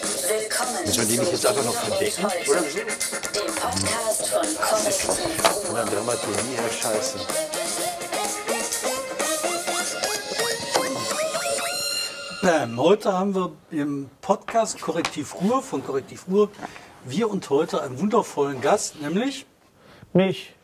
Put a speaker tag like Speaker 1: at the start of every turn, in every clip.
Speaker 1: Müssen wir die nicht jetzt einfach noch verdecken oder so?
Speaker 2: Den Podcast von Kollektiv
Speaker 1: Von der Dramaturgie her scheiße.
Speaker 3: Bam. Ähm, Heute haben wir im Podcast Korrektiv Ruhr von Korrektiv Ruhr wir und heute einen wundervollen Gast, nämlich
Speaker 4: Mich.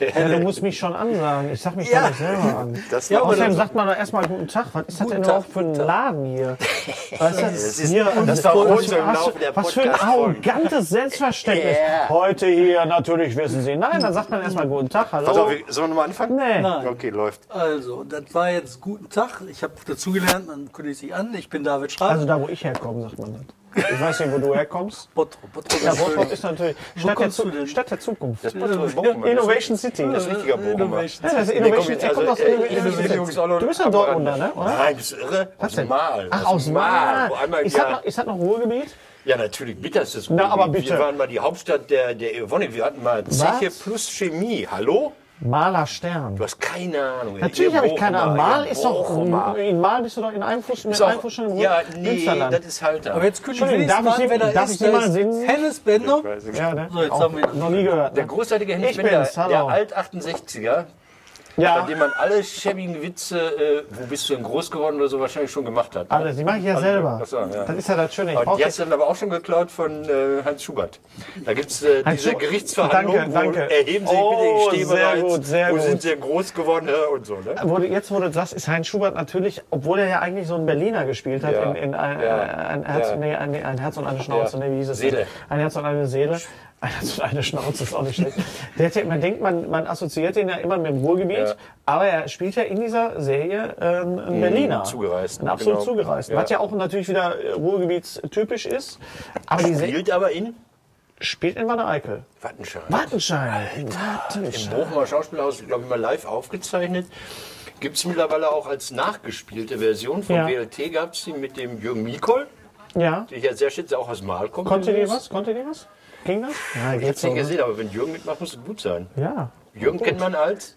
Speaker 4: Ja, du musst mich schon ansagen. Ich sag mich
Speaker 3: Ja.
Speaker 4: doch nicht selber an.
Speaker 1: Das
Speaker 3: Ja, aber
Speaker 4: Außerdem
Speaker 3: das-
Speaker 4: sagt man doch erstmal guten Tag. Was ist das
Speaker 3: Guten
Speaker 4: denn
Speaker 3: Tag,
Speaker 4: überhaupt für ein
Speaker 3: guten Tag.
Speaker 4: Laden hier? Was ist das,
Speaker 1: Das ist-
Speaker 4: hier?
Speaker 1: das war
Speaker 4: was,
Speaker 1: unser im
Speaker 4: hast du-
Speaker 1: Laufe der
Speaker 4: was für ein
Speaker 1: Podcast-Folgen.
Speaker 4: arrogantes Selbstverständnis.
Speaker 1: Ja.
Speaker 4: Heute hier, natürlich wissen Sie. Nein, dann sagt man erstmal guten Tag.
Speaker 1: Pass auf,
Speaker 4: Hallo.
Speaker 1: wir- sollen wir nochmal anfangen?
Speaker 4: Nee. Äh,
Speaker 3: Nein.
Speaker 1: Okay, läuft.
Speaker 3: Also, das war jetzt guten Tag. Ich habe dazugelernt, man kündigt sich an. Ich bin David Schrader.
Speaker 4: Also da, wo ich herkomme, sagt man das. Ich weiß nicht, wo du herkommst.
Speaker 3: Bottrop. Bottrop
Speaker 4: Ja,
Speaker 3: ist
Speaker 4: Bottrop
Speaker 3: schön.
Speaker 4: ist natürlich Stadt der,
Speaker 3: kommst du
Speaker 4: Zu
Speaker 3: denn?
Speaker 4: Stadt der Zukunft.
Speaker 1: Das Bottrop ist Bochum, Alter.
Speaker 4: Innovation City.
Speaker 1: Das ist ein richtiger Bochum. Alter.
Speaker 3: Innovation.
Speaker 4: Ja, das ist
Speaker 1: Wir kommen
Speaker 4: Innovation.
Speaker 1: jetzt
Speaker 4: Er kommt
Speaker 1: also,
Speaker 4: aus
Speaker 1: äh,
Speaker 4: Innovation
Speaker 1: Innovation
Speaker 4: City. Du bist ein Dortmunder, ne? oder?
Speaker 1: Nein, bist du irre? Aus
Speaker 4: denn?
Speaker 1: Mal.
Speaker 4: Ach, aus Mar.
Speaker 1: Wo einmal im
Speaker 4: Ist das
Speaker 1: Jahr-
Speaker 4: noch, ist das noch Ruhrgebiet?
Speaker 1: Ja, natürlich, bitterstes
Speaker 4: Na, aber
Speaker 1: Ruhrgebiet. Wir
Speaker 4: bitte.
Speaker 1: waren mal die Hauptstadt der, der Evonik. Wir hatten mal Zeche
Speaker 4: Was?
Speaker 1: plus Chemie. Hallo?
Speaker 4: Maler Stern.
Speaker 1: Du hast keine Ahnung. ey.
Speaker 4: Natürlich
Speaker 1: Ihr
Speaker 4: habe ich keine Ahnung.
Speaker 1: Bochumer,
Speaker 4: Mal
Speaker 1: ihr
Speaker 4: ist doch.
Speaker 1: Bochumer.
Speaker 4: In Mal bist du doch in einem Fuß, mit
Speaker 1: Ist auch-
Speaker 4: einem Fuß schon im
Speaker 1: Ja,
Speaker 4: Ruhr-
Speaker 1: nee,
Speaker 4: Münsterland.
Speaker 1: das ist halt da.
Speaker 3: Aber jetzt kündige ich
Speaker 4: Entschuldigung,
Speaker 3: wenigstens
Speaker 4: darf ich
Speaker 3: mal,
Speaker 4: Sie-
Speaker 3: wer da
Speaker 4: darf
Speaker 3: ist.
Speaker 4: ich Sie mal
Speaker 3: Da ist
Speaker 4: sehen?
Speaker 3: Hennes Bender.
Speaker 4: ja, ne?
Speaker 3: So, jetzt
Speaker 4: Auch
Speaker 3: haben wir-
Speaker 4: noch nie gehört.
Speaker 1: Der
Speaker 4: ne?
Speaker 1: großartige Henning
Speaker 4: Ich
Speaker 1: Bender,
Speaker 4: bin's, hallo.
Speaker 1: der Alt-68er, bei
Speaker 4: ja,
Speaker 1: dem man alle schäbigen Witze, äh, wo bist du denn groß geworden oder so, wahrscheinlich schon gemacht hat.
Speaker 4: alles. Die mache ich ja
Speaker 1: Also,
Speaker 4: selber.
Speaker 1: ach so, ja.
Speaker 4: Das ist ja das Schöne. Ich
Speaker 1: Aber
Speaker 4: brauche
Speaker 1: die hast du dann aber auch schon geklaut von äh, Hans Schubert. Da gibt es äh,
Speaker 4: Hans
Speaker 1: diese
Speaker 4: Schubert.
Speaker 1: Gerichtsverhandlung,
Speaker 4: Danke,
Speaker 1: wo
Speaker 4: danke.
Speaker 1: erheben Sie sich
Speaker 4: Oh,
Speaker 1: bitte, ich stehe
Speaker 4: sehr
Speaker 1: bereits,
Speaker 4: gut, sehr
Speaker 1: wo
Speaker 4: gut.
Speaker 1: sind sehr groß geworden äh, und so. Ne?
Speaker 4: Wurde, jetzt, wo du das sagst, ist Heinz Schubert natürlich, obwohl er ja eigentlich so einen Berliner gespielt hat,
Speaker 1: Ja.
Speaker 4: in, in ein,
Speaker 1: Ja.
Speaker 4: ein, Herz,
Speaker 1: Ja.
Speaker 4: nee, ein, ein Herz und eine Schnauze,
Speaker 1: Ja.
Speaker 4: nee, wie hieß es?
Speaker 1: Seele.
Speaker 4: denn? Ein Herz und eine Seele. Ein Herz und eine Schnauze ist auch nicht schlecht. Der hat ja, man denkt, man, man assoziiert ihn ja immer mit dem Ruhrgebiet,
Speaker 1: Ja. Mhm,
Speaker 4: aber er spielt ja in dieser Serie ähm, einen Berliner.
Speaker 1: zugereist,
Speaker 4: Einen absolut
Speaker 1: genau.
Speaker 4: zugereist.
Speaker 1: Ja.
Speaker 4: Was ja auch natürlich wieder äh, Ruhrgebietstypisch ist. Aber die Serie
Speaker 1: Spielt aber in
Speaker 4: spielt in Wanne Eickel.
Speaker 1: Wattenscheid.
Speaker 4: Wattenschein.
Speaker 1: Im
Speaker 4: Wattenschein.
Speaker 1: Bochumer Schauspielhaus, glaube ich, mal live aufgezeichnet. Gibt es mittlerweile auch als nachgespielte Version von
Speaker 4: Ja.
Speaker 1: WLT, gab es die mit dem Jürgen Mikol,
Speaker 4: Ja.
Speaker 1: der ich ja sehr schätze, auch aus Mal kommt.
Speaker 4: Konnte dir
Speaker 1: übrigens.
Speaker 4: was? Konnte dir was? Ging das? Ja,
Speaker 1: Ich habe es
Speaker 4: so,
Speaker 1: nicht
Speaker 4: ne?
Speaker 1: gesehen, aber wenn Jürgen mitmacht, muss es gut sein.
Speaker 4: Ja.
Speaker 1: Jürgen kennt man als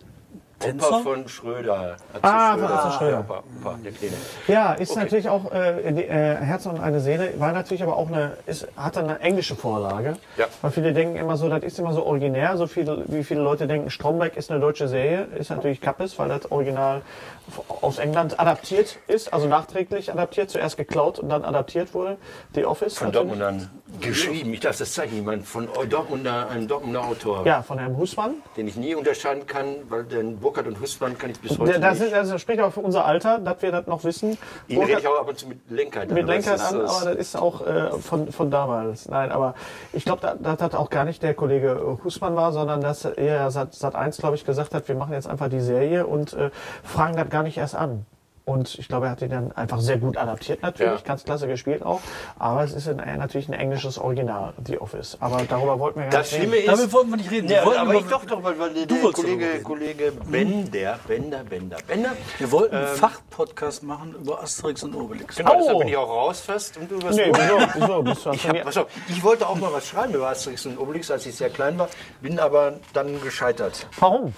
Speaker 1: Opa
Speaker 3: Tänzer?
Speaker 1: von Schröder. Atze
Speaker 4: Ah, von Atze
Speaker 1: Der
Speaker 4: Schröder.
Speaker 1: Opa, Opa, der Kleine.
Speaker 4: Ja, ist natürlich auch äh, die, äh, Herz und eine Seele, war natürlich aber auch eine, ist, hatte eine englische Vorlage.
Speaker 1: Ja.
Speaker 4: Weil viele denken immer so, das ist immer so originär, so viel, wie viele Leute denken, Stromberg ist eine deutsche Serie, ist natürlich Kappes, weil das Original f- aus England adaptiert ist, also nachträglich adaptiert, zuerst geklaut und dann adaptiert wurde. The Office.
Speaker 1: Von
Speaker 4: natürlich.
Speaker 1: Dortmundern geschrieben. Ich darf das zeichnen, jemand von Dortmunder, einem Dortmunder Autor,
Speaker 4: Ja, von Herrn Husmann.
Speaker 1: den ich nie unterscheiden kann, weil den Burkhardt und Husmann kann ich bis heute
Speaker 4: Der, das,
Speaker 1: nicht.
Speaker 4: ist, das spricht auch für unser Alter, dass wir das noch wissen.
Speaker 1: Ihn rede ich auch ab und zu mit Lenkheit
Speaker 4: mit
Speaker 1: aber es
Speaker 4: Lenkern
Speaker 1: ist-
Speaker 4: an,
Speaker 1: das-
Speaker 4: aber das ist auch äh, von, von damals. Nein, aber ich glaube, da, das hat auch gar nicht der Kollege äh, Husmann war, sondern dass er Sat, Sat 1, glaube ich, gesagt hat, wir machen jetzt einfach die Serie und äh, fragen das gar nicht erst an. Und ich glaube, er hat den dann einfach sehr gut adaptiert natürlich,
Speaker 1: Ja.
Speaker 4: ganz klasse gespielt auch. Aber es ist in, äh, natürlich ein englisches Original, The Office. Aber darüber wollten wir gar
Speaker 1: Das
Speaker 4: nicht reden.
Speaker 1: Schlimme ist.
Speaker 3: Damit wollten wir nicht reden. Wir
Speaker 1: Ja,
Speaker 3: wollten
Speaker 1: aber
Speaker 3: über-
Speaker 1: ich doch doch, weil, weil der
Speaker 3: wolltest darüber
Speaker 1: Kollege,
Speaker 3: reden.
Speaker 1: Kollege Bender, Bender, Bender, Bender.
Speaker 3: Wir wollten einen Fachpodcast machen über Asterix und Obelix.
Speaker 1: ähm, Genau, deshalb
Speaker 4: Au!
Speaker 1: bin ich auch raus fast. Und du was
Speaker 4: Nee, wieso? wieso bist du
Speaker 1: Ich, hab, pass auf, ich wollte auch mal was schreiben über Asterix und Obelix, als ich sehr klein war, bin aber dann gescheitert,
Speaker 4: Warum?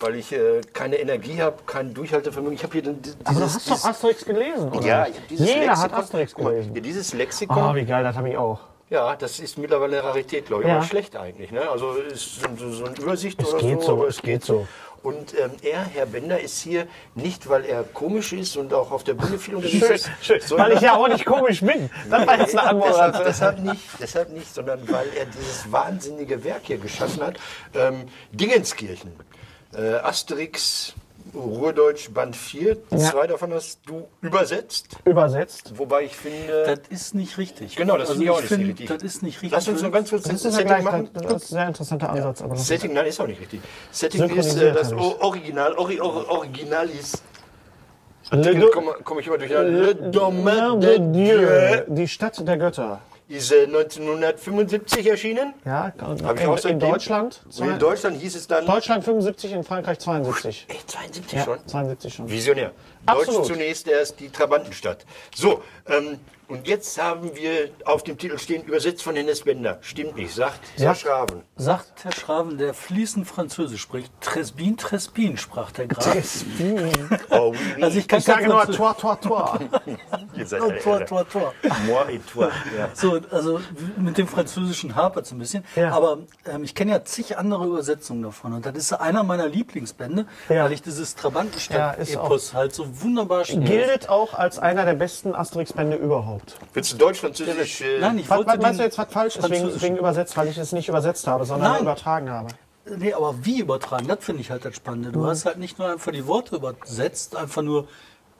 Speaker 1: weil ich äh, keine Energie habe, kein Durchhaltevermögen. Ich habe hier dann di- dieses,
Speaker 4: Aber du hast doch
Speaker 1: dieses,
Speaker 4: Asterix gelesen, oder?
Speaker 1: ja, ich hab dieses
Speaker 4: Jeder
Speaker 1: Lexikon.
Speaker 4: hat Asterix
Speaker 1: Guck mal,
Speaker 4: gelesen.
Speaker 1: hier dieses Lexikon,
Speaker 4: Ah, wie geil, das habe ich auch.
Speaker 1: ja, das ist mittlerweile eine Rarität, glaube ich,
Speaker 4: Ja.
Speaker 1: aber schlecht eigentlich. Ne? Also ist so- so, so eine Übersicht oder
Speaker 4: geht so,
Speaker 1: aber
Speaker 4: es geht so.
Speaker 1: Und ähm, er, Herr Bender, ist hier nicht, weil er komisch ist und auch auf der Bühne viel unterwegs
Speaker 4: Schön,
Speaker 1: ist,
Speaker 4: schön.
Speaker 1: sondern-
Speaker 4: Weil ich ja auch nicht komisch bin. Das war jetzt eine
Speaker 1: deshalb,
Speaker 4: Anmoderation.
Speaker 1: deshalb, nicht, deshalb nicht, sondern weil er dieses wahnsinnige Werk hier geschaffen hat. Ähm, Dingenskirchen, äh, Asterix, Ruhrdeutsch, Band 4.
Speaker 4: Ja.
Speaker 1: Zwei davon hast du übersetzt,
Speaker 4: Übersetzt.
Speaker 1: wobei ich finde...
Speaker 3: Das ist nicht richtig.
Speaker 1: Genau, das
Speaker 3: also
Speaker 1: finde ich auch
Speaker 3: ich
Speaker 1: nicht
Speaker 3: finde,
Speaker 1: richtig.
Speaker 3: Das ist nicht richtig.
Speaker 1: Lass uns noch ganz kurz
Speaker 4: Das ist ja
Speaker 1: Setting
Speaker 4: gleich,
Speaker 1: machen.
Speaker 4: das ist ein sehr interessanter Ansatz. Aber das
Speaker 1: Setting, nein, ist auch nicht richtig. Setting ist äh,
Speaker 4: Synchronisiert
Speaker 1: das
Speaker 4: habe
Speaker 1: O- Original, Ori, Ori, Original ist...
Speaker 4: Le
Speaker 1: Komme komm ich immer durcheinander. Le Domaine de Dieu
Speaker 4: die Stadt der Götter.
Speaker 1: ist äh, 1975 erschienen.
Speaker 4: Ja, in,
Speaker 1: Hab ich auch
Speaker 4: in
Speaker 1: seitdem-
Speaker 4: Deutschland.
Speaker 1: Und In Deutschland hieß es dann...
Speaker 4: Deutschland 75, in Frankreich 72.
Speaker 1: Ey, 72
Speaker 4: Ja,
Speaker 1: schon?
Speaker 4: 72 schon.
Speaker 1: Visionär.
Speaker 4: Absolut.
Speaker 1: Deutsch zunächst erst die Trabantenstadt. So, ähm, Und jetzt haben wir auf dem Titel stehen, übersetzt von Hennes Bender. Stimmt nicht, sagt
Speaker 4: Ja.
Speaker 1: Herr Schraven.
Speaker 3: Sagt Herr Schraven, der fließend Französisch spricht. Tresbin, Tresbin, sprach der Graf.
Speaker 4: Ich
Speaker 1: Oh, oui, oui.
Speaker 3: Also ich kann
Speaker 4: sage
Speaker 3: kein
Speaker 4: nur
Speaker 3: Französisch.
Speaker 4: Tor, Tor, Tor.
Speaker 1: Ihr seid
Speaker 3: Oh,
Speaker 1: ja
Speaker 3: Tor,
Speaker 1: irre.
Speaker 3: Tor, Tor.
Speaker 1: Moi et toi. Ja.
Speaker 3: So, also mit dem Französischen hapert es ein bisschen.
Speaker 4: Ja.
Speaker 3: Aber ähm, ich kenne ja zig andere Übersetzungen davon. Und das ist einer meiner Lieblingsbände,
Speaker 4: Ja.
Speaker 3: weil ich dieses
Speaker 4: Ja, ist auch-
Speaker 3: Trabantenstadt-Epos halt so wunderbar spiele.
Speaker 4: Gilt auch als einer der besten Asterix-Bände überhaupt.
Speaker 1: Willst du Deutsch, Französisch? Äh,
Speaker 3: Nein, ich
Speaker 4: Was,
Speaker 3: wollte
Speaker 4: was, meinst du
Speaker 3: den-
Speaker 4: jetzt was falsch ist wegen,
Speaker 3: Französisch.
Speaker 4: wegen übersetzt, weil ich es nicht übersetzt habe, sondern
Speaker 3: Nein.
Speaker 4: übertragen habe?
Speaker 3: Nee, aber wie übertragen, das finde ich halt das Spannende.
Speaker 4: Mhm.
Speaker 3: Du hast halt nicht nur einfach die Worte übersetzt, einfach nur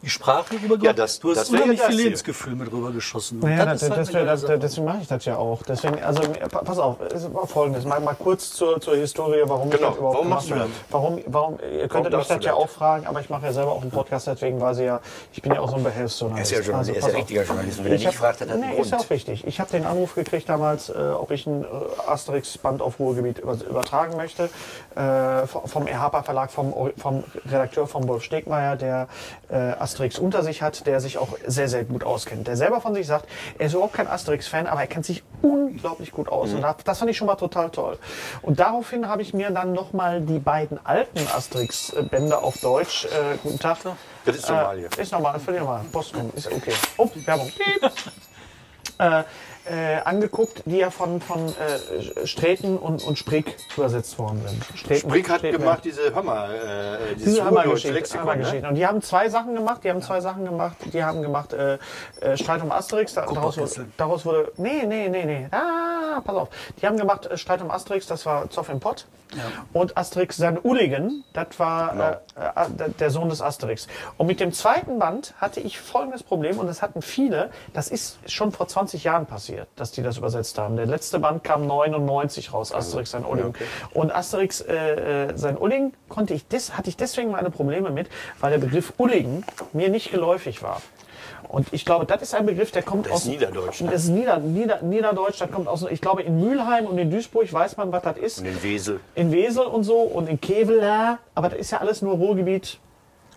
Speaker 3: die Sprache rübergebracht.
Speaker 1: Ja, das-
Speaker 3: du hast
Speaker 1: das wäre
Speaker 3: unheimlich
Speaker 1: das
Speaker 3: viel
Speaker 1: hier.
Speaker 3: Lebensgefühl mit rübergeschossen. Und
Speaker 4: Naja,
Speaker 3: das ist halt
Speaker 4: das,
Speaker 3: eine geile
Speaker 4: das,
Speaker 3: Sache.
Speaker 4: das, deswegen mache ich das ja auch. Deswegen, also pa- pass auf, es war folgendes. Mal, mal kurz zur, zur Historie, warum
Speaker 1: Genau,
Speaker 4: ich das überhaupt
Speaker 1: warum
Speaker 4: gemacht
Speaker 1: machst du
Speaker 4: habe.
Speaker 1: das?
Speaker 4: Warum, warum, ihr könntet mich
Speaker 1: machst
Speaker 4: das
Speaker 1: du
Speaker 4: ja
Speaker 1: das?
Speaker 4: auch fragen, aber ich mache ja selber auch einen Podcast, deswegen war sie ja, ich bin ja auch so ein
Speaker 1: Er ist
Speaker 4: Behelfsjournalist. Also,
Speaker 1: ja Journalist, er ist ja
Speaker 4: pass auf.
Speaker 1: richtiger Journalist. Wenn er
Speaker 4: Ich
Speaker 1: nicht
Speaker 4: hab-
Speaker 1: fragt, dann hat er einen
Speaker 4: nee, ist ja auch
Speaker 1: Grund.
Speaker 4: richtig. Ich habe den Anruf gekriegt damals, äh, ob ich ein äh, Asterix-Band auf Ruhrgebiet über, übertragen möchte. Äh, vom vom Ehapa Verlag, vom, Or- vom Redakteur von Wolf Stegmeier, der äh, Asterix unter sich hat, der sich auch sehr, sehr gut auskennt. Der selber von sich sagt, er ist überhaupt kein Asterix-Fan, aber er kennt sich unglaublich gut aus.
Speaker 1: Mhm.
Speaker 4: Und hat, das fand ich schon mal total toll. Und daraufhin habe ich mir dann nochmal die beiden alten Asterix-Bände auf Deutsch, äh, guten Tag. Äh,
Speaker 1: Das ist normal hier.
Speaker 4: Ist normal, völlig normal. Postcom ist okay. Oh, Werbung. Piep. äh, äh, angeguckt, die ja von, von äh, Streten und, und Sprick übersetzt worden sind. Streten,
Speaker 1: Brick hat
Speaker 4: Stretenberg.
Speaker 1: gemacht diese Hammer, äh, dieses
Speaker 4: Diese
Speaker 1: Ruhrdeutsch
Speaker 4: Hammergeschichte-
Speaker 1: Lexikon. Ne?
Speaker 4: Hammergeschichten. Und die haben zwei Sachen gemacht. Die haben zwei Sachen gemacht. Die haben gemacht äh, äh, Streit um Asterix. Da, daraus, wurde,
Speaker 3: Kupferkessel.
Speaker 4: daraus wurde. Nee, nee, nee, nee. Ah, pass auf. Die haben gemacht äh, Streit um Asterix. Das war Zoff im Pott. Und Asterix sein Uligen. Das war äh, äh, d- der Sohn des Asterix. Und mit dem zweiten Band hatte ich folgendes Problem. Und das hatten viele. Das ist schon vor 20 Jahren passiert, dass die das übersetzt haben. Der letzte Band kam 99 raus. Asterix sein Uligen. Und Asterix äh, äh, sein Ulling konnte ich des, hatte ich deswegen meine Probleme mit, weil der Begriff Ulligen mir nicht geläufig war. Und ich glaube, das ist ein Begriff, der kommt aus
Speaker 1: ist Niederdeutsch, ne?
Speaker 4: Das ist Nieder, Nieder, Niederdeutsch, das kommt aus. Ich glaube, in Mülheim und in Duisburg weiß man, was das ist.
Speaker 1: Und den Wesel.
Speaker 4: In Wesel und so und in Kevela. Aber das ist ja alles nur Ruhrgebiet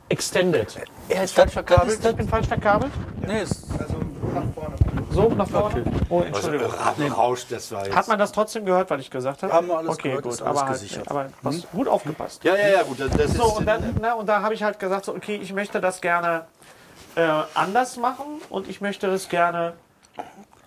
Speaker 4: extended.
Speaker 3: Er ist falsch verkabelt.
Speaker 4: Ich bin falsch verkabelt.
Speaker 3: Nee, ist,
Speaker 4: So nach vorne. Oh,
Speaker 1: Also,
Speaker 4: Entschuldigung.
Speaker 1: äh, Rausch, das war jetzt.
Speaker 4: Hat man das trotzdem gehört, was ich gesagt habe?
Speaker 3: Haben wir alles
Speaker 4: okay,
Speaker 3: gehört,
Speaker 4: gut,
Speaker 3: ist alles
Speaker 4: aber, halt,
Speaker 3: gesichert.
Speaker 4: aber hast gut aufgepasst.
Speaker 1: ja, ja, ja, gut. Das, das
Speaker 4: So,
Speaker 1: ist,
Speaker 4: und, dann, na, und da habe ich halt gesagt, so, okay, ich möchte das gerne äh, anders machen und ich möchte das gerne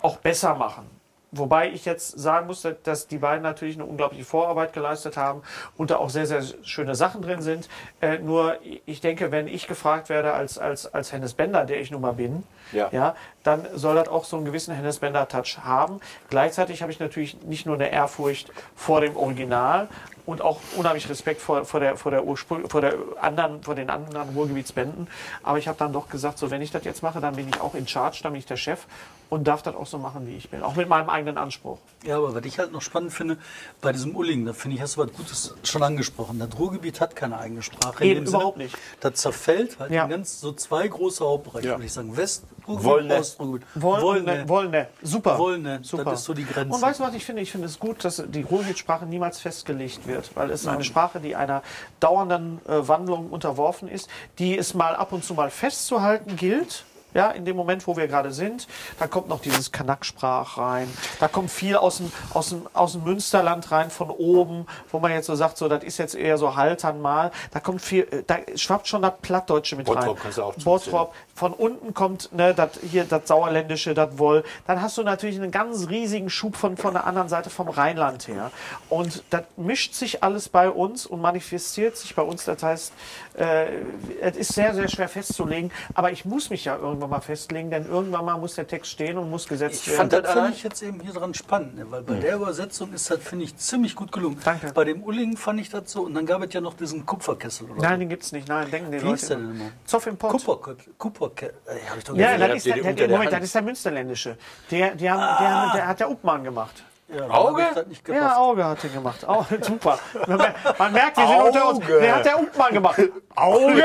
Speaker 4: auch besser machen. Wobei ich jetzt sagen muss, dass die beiden natürlich eine unglaubliche Vorarbeit geleistet haben und da auch sehr, sehr schöne Sachen drin sind. Äh, nur ich denke, wenn ich gefragt werde als, als, als Hennes Bender, der ich nun mal bin,
Speaker 1: Ja.
Speaker 4: Ja, dann soll das auch so einen gewissen Hennes Bender Touch haben. Gleichzeitig habe ich natürlich nicht nur eine Ehrfurcht vor dem Original und auch unheimlich Respekt vor, vor, der, vor, der, Urspr vor, der anderen, vor den anderen Ruhrgebietsbänden. Aber ich habe dann doch gesagt, so wenn ich das jetzt mache, dann bin ich auch in Charge, dann bin ich der Chef und darf das auch so machen, wie ich bin. Auch mit meinem eigenen Anspruch.
Speaker 3: Ja, aber was ich halt noch spannend finde, bei diesem Ullingen, da finde ich, hast du was Gutes schon angesprochen. Das Ruhrgebiet hat keine eigene Sprache. in
Speaker 4: Eben,
Speaker 3: dem Sinne,
Speaker 4: überhaupt nicht.
Speaker 3: Das zerfällt halt
Speaker 4: Ja.
Speaker 3: in ganz so zwei große Hauptbereiche,
Speaker 1: Ja.
Speaker 3: würde ich sagen. Westruhrgebiet,
Speaker 1: Wollne.
Speaker 3: Ostruhrgebiet.
Speaker 4: Wollne, Wollne, super.
Speaker 3: Wollne, das
Speaker 4: super.
Speaker 3: ist so die Grenze.
Speaker 4: Und weißt du, was ich finde? Ich finde es gut, dass die Ruhrgebietssprache niemals festgelegt wird, weil es ist eine Sprache, die einer dauernden äh, Wandlung unterworfen ist, die es mal ab und zu mal festzuhalten gilt. Ja, in dem Moment, wo wir gerade sind, da kommt noch dieses Kanak-Sprach rein. Da kommt viel aus dem, aus, dem, aus dem Münsterland rein, von oben, wo man jetzt so sagt, so, das ist jetzt eher so Haltern mal. Da kommt viel, äh, da schwappt schon das Plattdeutsche mit
Speaker 1: Bottrop
Speaker 4: rein.
Speaker 1: kannst du auch zuzählen.
Speaker 4: Bottrop, von unten kommt ne, dat, hier das Sauerländische, das Woll. Dann hast du natürlich einen ganz riesigen Schub von, von der anderen Seite vom Rheinland her. Und das mischt sich alles bei uns und manifestiert sich bei uns. Das heißt, äh, es ist sehr, sehr schwer festzulegen. Aber ich muss mich ja irgendwann mal festlegen, denn irgendwann mal muss der Text stehen und muss gesetzt
Speaker 3: Ich
Speaker 4: werden.
Speaker 3: fand das finde
Speaker 1: allein-
Speaker 3: ich jetzt eben hier dran spannend, ne? weil bei der Übersetzung ist das, finde ich, ziemlich gut gelungen.
Speaker 4: Danke.
Speaker 3: Bei dem Ullingen fand ich das so und dann gab es ja noch diesen Kupferkessel oder
Speaker 4: Nein, den gibt's nicht. Nein, denken die
Speaker 3: Wie hieß
Speaker 4: Leute.
Speaker 3: der denn immer?
Speaker 4: Zoff im
Speaker 3: so.
Speaker 4: Pott.
Speaker 3: Kupferkessel. Kupferkessel. Äh, hab ich doch
Speaker 4: Ja,
Speaker 3: gesehen.
Speaker 1: habt
Speaker 4: das ist,
Speaker 1: ihr
Speaker 4: der,
Speaker 1: die
Speaker 4: der,
Speaker 1: unter der
Speaker 4: Moment, das
Speaker 1: Hand?
Speaker 4: ist der Münsterländische. Der, die haben, der, haben-
Speaker 1: Ah.
Speaker 4: der hat der Uppmann gemacht.
Speaker 3: Ja, dann
Speaker 1: Auge?
Speaker 3: hab ich das nicht gerafft.
Speaker 4: Ja, Auge hat er gemacht. Au- super. Man, mer- man merkt, wir sind unter uns.
Speaker 1: Auge.
Speaker 4: Wer hat der Uppmann gemacht? Auge?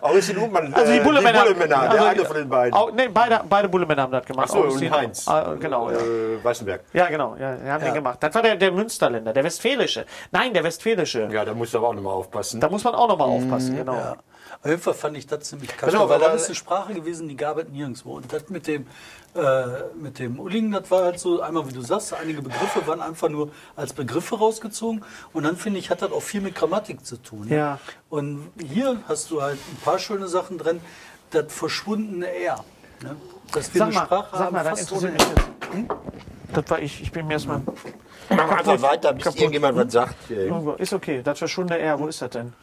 Speaker 1: Augustin Hubmann,
Speaker 5: Also die Bullemänner.
Speaker 1: Äh, Die Bullemänner, der
Speaker 5: also,
Speaker 1: eine von den beiden.
Speaker 5: Au- nee, beide, beide Bullemänner haben das gemacht.
Speaker 1: Ach so, und
Speaker 5: Augustin-
Speaker 1: Heinz.
Speaker 5: Ah, genau, ja.
Speaker 1: Äh, Weißenberg.
Speaker 5: Ja, genau. Ja, die haben
Speaker 3: Ja.
Speaker 5: den gemacht. Das war der, der Münsterländer, der Westfälische. Nein, der Westfälische.
Speaker 1: Ja, Mhm. da musst du aber auch nochmal aufpassen.
Speaker 5: Da muss man auch nochmal aufpassen, genau.
Speaker 3: Ja. Auf jeden Fall fand ich das ziemlich krass,
Speaker 1: Genau,
Speaker 3: weil
Speaker 1: aber-
Speaker 3: da ist eine Sprache gewesen, die gab es nirgendwo. Und das mit dem, äh, mit dem Ulling, das war halt so, einmal wie du sagst, einige Begriffe waren einfach nur als Begriffe rausgezogen. Und dann finde ich, hat das auch viel mit Grammatik zu tun. ne?
Speaker 5: Ja.
Speaker 3: Und hier hast du halt ein paar schöne Sachen drin. Das verschwundene R. Ne? Dass wir
Speaker 5: Sag
Speaker 3: eine
Speaker 5: mal,
Speaker 3: Sprache
Speaker 5: sag mal,
Speaker 3: haben,
Speaker 5: das
Speaker 3: fast ohne
Speaker 5: interessiert mich jetzt. Hm? Das war ich, ich bin mir erstmal.
Speaker 1: Mach einfach weiter, bis irgendjemand was sagt. Äh,
Speaker 5: Ist okay, das war schon der R, wo ist das denn?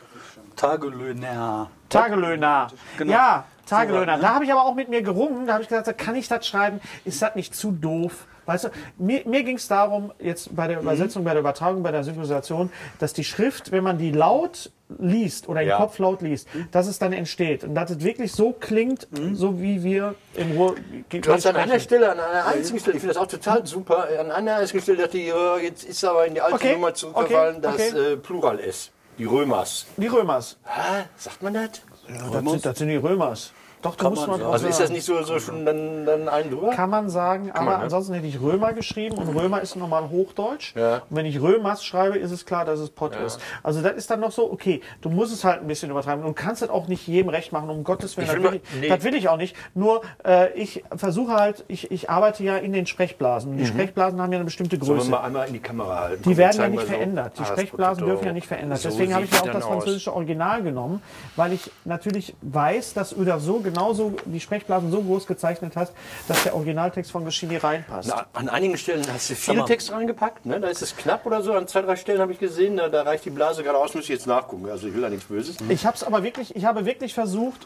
Speaker 3: Tagelöhner.
Speaker 5: Tagelöhner.
Speaker 3: Genau.
Speaker 4: Ja, Tagelöhner. Da habe ich aber auch mit mir gerungen. Da habe ich gesagt, da kann ich das schreiben? Ist das nicht zu doof? Weißt du, mir, mir ging es darum, jetzt bei der
Speaker 1: Mhm.
Speaker 4: Übersetzung, bei der Übertragung, bei der Synchronisation, dass die Schrift, wenn man die laut liest oder im
Speaker 1: Ja. Mhm.
Speaker 4: Kopf laut liest, dass es dann entsteht. Und dass es wirklich so klingt, so wie wir im Ruhr.
Speaker 1: Du hast an einer Stelle, an einer einzigen Stelle, ich finde das auch total super, an einer einzigen Stelle dachte ich, äh, jetzt ist aber in die alte
Speaker 4: Okay,
Speaker 1: Nummer zurückgefallen,
Speaker 4: okay,
Speaker 1: dass
Speaker 4: okay.
Speaker 1: äh, Plural ist. Die Römers.
Speaker 4: Die Römers.
Speaker 1: Hä? Sagt man das?
Speaker 4: Das sind, das sind die Römers. Doch, da muss
Speaker 3: man
Speaker 4: man
Speaker 3: sagen.
Speaker 4: auch
Speaker 1: Also ist das
Speaker 4: sagen.
Speaker 1: nicht so, so schon dann, dann einen drüber?
Speaker 4: Kann man sagen, aber
Speaker 1: man, ne?
Speaker 4: ansonsten hätte ich Römer geschrieben und Römer ist normal Hochdeutsch.
Speaker 1: Ja.
Speaker 4: Und wenn ich Römers schreibe, ist es klar, dass es Pott ist. Also das ist dann noch so, okay, du musst es halt ein bisschen übertreiben und kannst das auch nicht jedem recht machen, um Gottes Willen.
Speaker 1: Ich will
Speaker 4: das, will
Speaker 1: mal-
Speaker 4: ich,
Speaker 1: nee.
Speaker 4: das will ich auch nicht. Nur äh, ich versuche halt, ich, ich arbeite ja in den Sprechblasen. Und die Sprechblasen haben ja eine bestimmte
Speaker 1: Mhm. Sollen wir
Speaker 4: Größe.
Speaker 1: mal einmal in die Kamera halten?
Speaker 4: Die
Speaker 1: Komm,
Speaker 4: werden ja
Speaker 1: zeigen
Speaker 4: nicht
Speaker 1: wir so.
Speaker 4: verändert. Die
Speaker 1: Ah, das
Speaker 4: Sprechblasen
Speaker 1: Prototyp.
Speaker 4: dürfen ja nicht verändert.
Speaker 1: So
Speaker 4: Deswegen habe ich
Speaker 1: sieht
Speaker 4: ja auch
Speaker 1: die
Speaker 4: das
Speaker 1: dann aus.
Speaker 4: französische Original genommen, weil ich natürlich weiß, dass du da so genauso die Sprechblasen so groß gezeichnet hast, dass der Originaltext von Geschini reinpasst.
Speaker 1: Na, an einigen Stellen hast du viel Text reingepackt, ne? da ist es knapp oder so. An zwei, drei Stellen habe ich gesehen, da, da reicht die Blase gerade aus, muss ich jetzt nachgucken. Also ich will da nichts Böses.
Speaker 4: Ich habe es aber wirklich, ich habe wirklich versucht,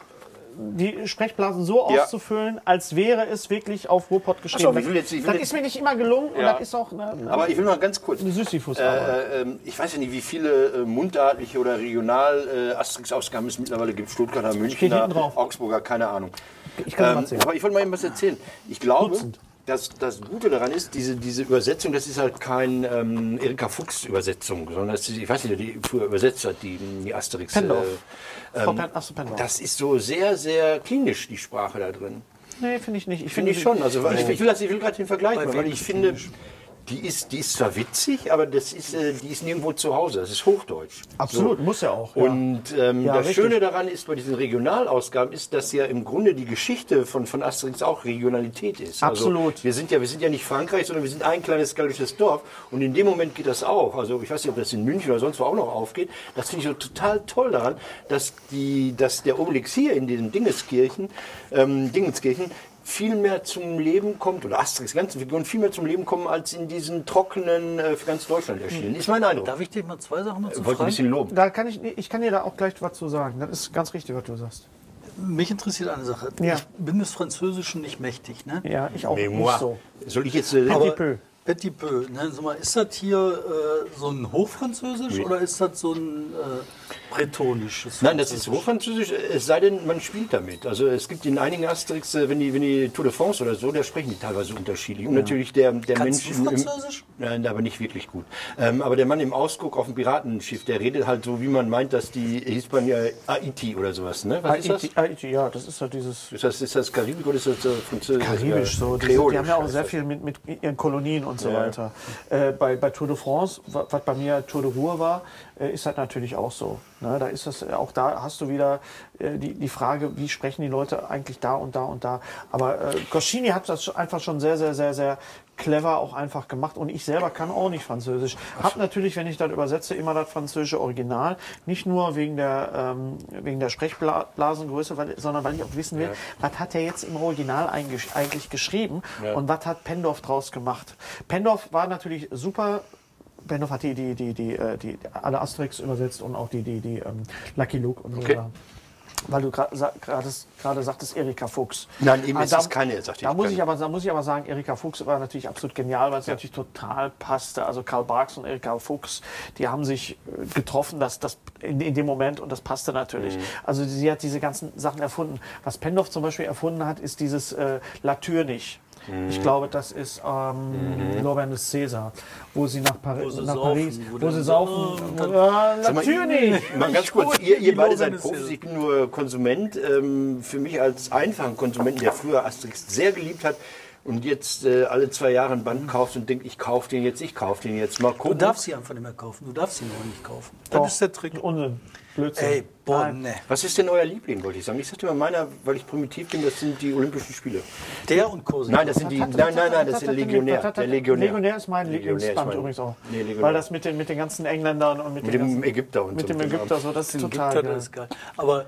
Speaker 4: die Sprechblasen so
Speaker 1: Ja.
Speaker 4: auszufüllen, als wäre es wirklich auf Ruhrpott geschrieben.
Speaker 1: ich will jetzt- ich will
Speaker 4: das
Speaker 1: jetzt-
Speaker 4: ist mir nicht immer gelungen und
Speaker 1: Ja.
Speaker 4: das ist auch ne, eine, eine
Speaker 1: Aber ich will noch ganz kurz.
Speaker 4: Sisyphus-Arbeit.
Speaker 1: Äh, ähm, ich weiß ja nicht, wie viele äh, mundartliche oder regional äh, Asterix-Ausgaben es mittlerweile gibt. Stuttgarter, Münchner,
Speaker 4: hinten drauf.
Speaker 1: Augsburger, keine Ahnung.
Speaker 4: Ich kann mal
Speaker 1: Ähm,
Speaker 4: erzählen.
Speaker 1: aber ich wollte mal eben was erzählen. Ich glaube, dass das Gute daran ist, diese, diese Übersetzung, das ist halt kein ähm, Erika Fuchs-Übersetzung, sondern das ist, ich weiß nicht, die früher übersetzt hat, die, die Asterix.
Speaker 4: Pendorf.
Speaker 1: Äh,
Speaker 4: Frau
Speaker 1: ähm,
Speaker 4: Pen- Achso, Pendorf.
Speaker 1: das ist so sehr, sehr klinisch, die Sprache da drin.
Speaker 4: Nee, finde ich nicht. Ich
Speaker 1: Finde
Speaker 4: finde
Speaker 1: ich schon. Also, weil ich,
Speaker 4: Nee.
Speaker 1: ich will, das- ich will gerade den Vergleich machen, weil
Speaker 3: wem
Speaker 1: ich finde, die ist, die ist zwar witzig, aber das ist, äh, die ist nirgendwo zu Hause. Das ist Hochdeutsch.
Speaker 4: Absolut, muss ja auch. ja.
Speaker 1: Und ähm,
Speaker 4: Ja,
Speaker 1: das
Speaker 4: richtig.
Speaker 1: Schöne daran ist, bei diesen Regionalausgaben ist, dass ja im Grunde die Geschichte von, von Asterix auch Regionalität ist.
Speaker 4: Absolut.
Speaker 1: Also, wir, sind ja, wir sind ja nicht Frankreich, sondern wir sind ein kleines gallisches Dorf. Und in dem Moment geht das auch. Also ich weiß nicht, ob das in München oder sonst wo auch noch aufgeht. Das finde ich so total toll daran, dass, die, dass der Obelix hier in diesem Dingeskirchen, ähm, Dingenskirchen, viel mehr zum Leben kommt, oder Asterix, die ganzen Figuren viel mehr zum Leben kommen, als in diesen trockenen, äh, für ganz Deutschland erschienen. Ist mein Eindruck.
Speaker 3: Darf ich dir mal zwei Sachen dazu
Speaker 1: Ich Äh, wollte ein
Speaker 3: fragen?
Speaker 1: bisschen loben.
Speaker 4: Da kann ich, ich kann dir da auch gleich was zu sagen. Das ist ganz richtig, was du sagst.
Speaker 3: Mich interessiert eine Sache.
Speaker 4: Ja.
Speaker 3: Ich bin des Französischen nicht mächtig. Ne?
Speaker 4: Ja, ich auch
Speaker 1: Mais moi.
Speaker 4: nicht so.
Speaker 1: Soll ich jetzt. Äh,
Speaker 3: Aber
Speaker 4: Petit peu.
Speaker 3: Petit peu. Ne? Sag mal, ist das hier äh, so ein Hochfranzösisch oder ist das so ein äh, bretonisches?
Speaker 1: Nein, das ist Hochfranzösisch, es sei denn, man spielt damit. Also es gibt in einigen Asterix, äh, wenn die, wenn die Tour de France oder so, da sprechen die teilweise unterschiedlich. Und natürlich der, der
Speaker 3: Kannst
Speaker 1: Mensch...
Speaker 3: du
Speaker 1: im- im-
Speaker 3: Französisch?
Speaker 1: Nein, aber nicht wirklich gut. Ähm, aber der Mann im Ausguck auf dem Piratenschiff, der redet halt so, wie man meint, dass die Hispanier Haiti oder sowas, ne? Was ist das?
Speaker 4: Haiti, Haiti, ja, das ist ja dieses
Speaker 1: Ist das, ist das Karibik oder ist das äh, Französisch?
Speaker 4: Karibisch
Speaker 1: Ja,
Speaker 4: so. Die,
Speaker 1: Kreolisch
Speaker 4: die haben ja auch
Speaker 1: heißt
Speaker 4: sehr
Speaker 1: das.
Speaker 4: viel mit, mit ihren Kolonien und so weiter. Äh, bei, bei Tour de France, wa- was bei mir Tour de Ruhr war, äh, ist das natürlich auch so. Ne? Da ist das, äh, auch da hast du wieder äh, die, die Frage, wie sprechen die Leute eigentlich da und da und da. Aber äh, Goscini hat das schon- einfach schon sehr, sehr, sehr, sehr clever auch einfach gemacht und ich selber kann auch nicht Französisch. Hab natürlich, wenn ich das übersetze, immer das französische Original, nicht nur wegen der ähm, wegen der Sprechblasengröße, weil, sondern weil ich auch wissen will, was hat er jetzt im Original eingesch- eigentlich geschrieben und was hat Pendorf draus gemacht. Pendorf war natürlich super. Pendorf hat die die die die, äh, die alle Asterix übersetzt und auch die die die ähm, Lucky Luke und so.
Speaker 1: Okay.
Speaker 4: Sachen. Weil du gra- sa- gerade gerade sagtest, Erika Fuchs.
Speaker 1: Nein, eben
Speaker 4: Ah,
Speaker 1: ist es keine, sagt die
Speaker 4: Da muss
Speaker 1: Kleine.
Speaker 4: ich aber, da muss ich aber sagen, Erika Fuchs war natürlich absolut genial, weil es natürlich total passte. Also Karl Barks und Erika Fuchs, die haben sich äh, getroffen, das, das in, in dem Moment und das passte
Speaker 3: Mhm.
Speaker 4: natürlich. Also sie hat diese ganzen Sachen erfunden. Was Pendorf zum Beispiel erfunden hat, ist dieses äh, Latürnig.
Speaker 3: Mhm.
Speaker 4: Ich glaube, das ist ähm, Lorbein des Cäsar, wo sie nach, Pari
Speaker 3: Wo sie
Speaker 4: nach
Speaker 3: saufen,
Speaker 4: Paris,
Speaker 3: wo
Speaker 4: wo
Speaker 3: dann-
Speaker 4: sie saufen.
Speaker 3: Oh, dann-
Speaker 4: ja,
Speaker 1: Sag
Speaker 4: natürlich!
Speaker 1: Mal, mal ganz kurz, ihr,
Speaker 3: die
Speaker 1: ihr beide seid
Speaker 3: Lorbeeren ist
Speaker 1: Profis, ich bin nur Konsument. Ähm, für mich als einfachen Konsumenten, der früher Asterix sehr geliebt hat und jetzt äh, alle zwei Jahre einen Band kauft und denkt, ich kaufe den jetzt, ich kaufe den jetzt. Mal
Speaker 3: Du
Speaker 1: gucken.
Speaker 3: darfst sie einfach nicht mehr kaufen. Du darfst sie noch nicht kaufen. Das
Speaker 4: Doch.
Speaker 3: ist der Trick.
Speaker 4: Unsinn. Blödsinn.
Speaker 3: Ey, boah, ne.
Speaker 1: Was ist denn euer Liebling, wollte ich sagen? Ich sagte immer meiner, weil ich primitiv bin, das sind die Olympischen Spiele.
Speaker 3: Der und Kosi.
Speaker 1: Nein, das sind die. Nein, nein, nein, das ist der Legionär. Der Legionär.
Speaker 4: Legionär ist mein
Speaker 1: Legionär ist
Speaker 4: Lieblingsband
Speaker 1: mein-
Speaker 4: übrigens auch.
Speaker 1: Nee, Legionär.
Speaker 4: Weil das mit den, mit den ganzen Engländern und mit,
Speaker 1: Mit
Speaker 4: den
Speaker 1: dem
Speaker 4: ganzen,
Speaker 1: Ägypter und
Speaker 4: mit
Speaker 1: so.
Speaker 4: dem Ägypter, so, das ist
Speaker 3: Den
Speaker 4: total
Speaker 3: Gipter,
Speaker 4: geil.
Speaker 3: das ist geil. Aber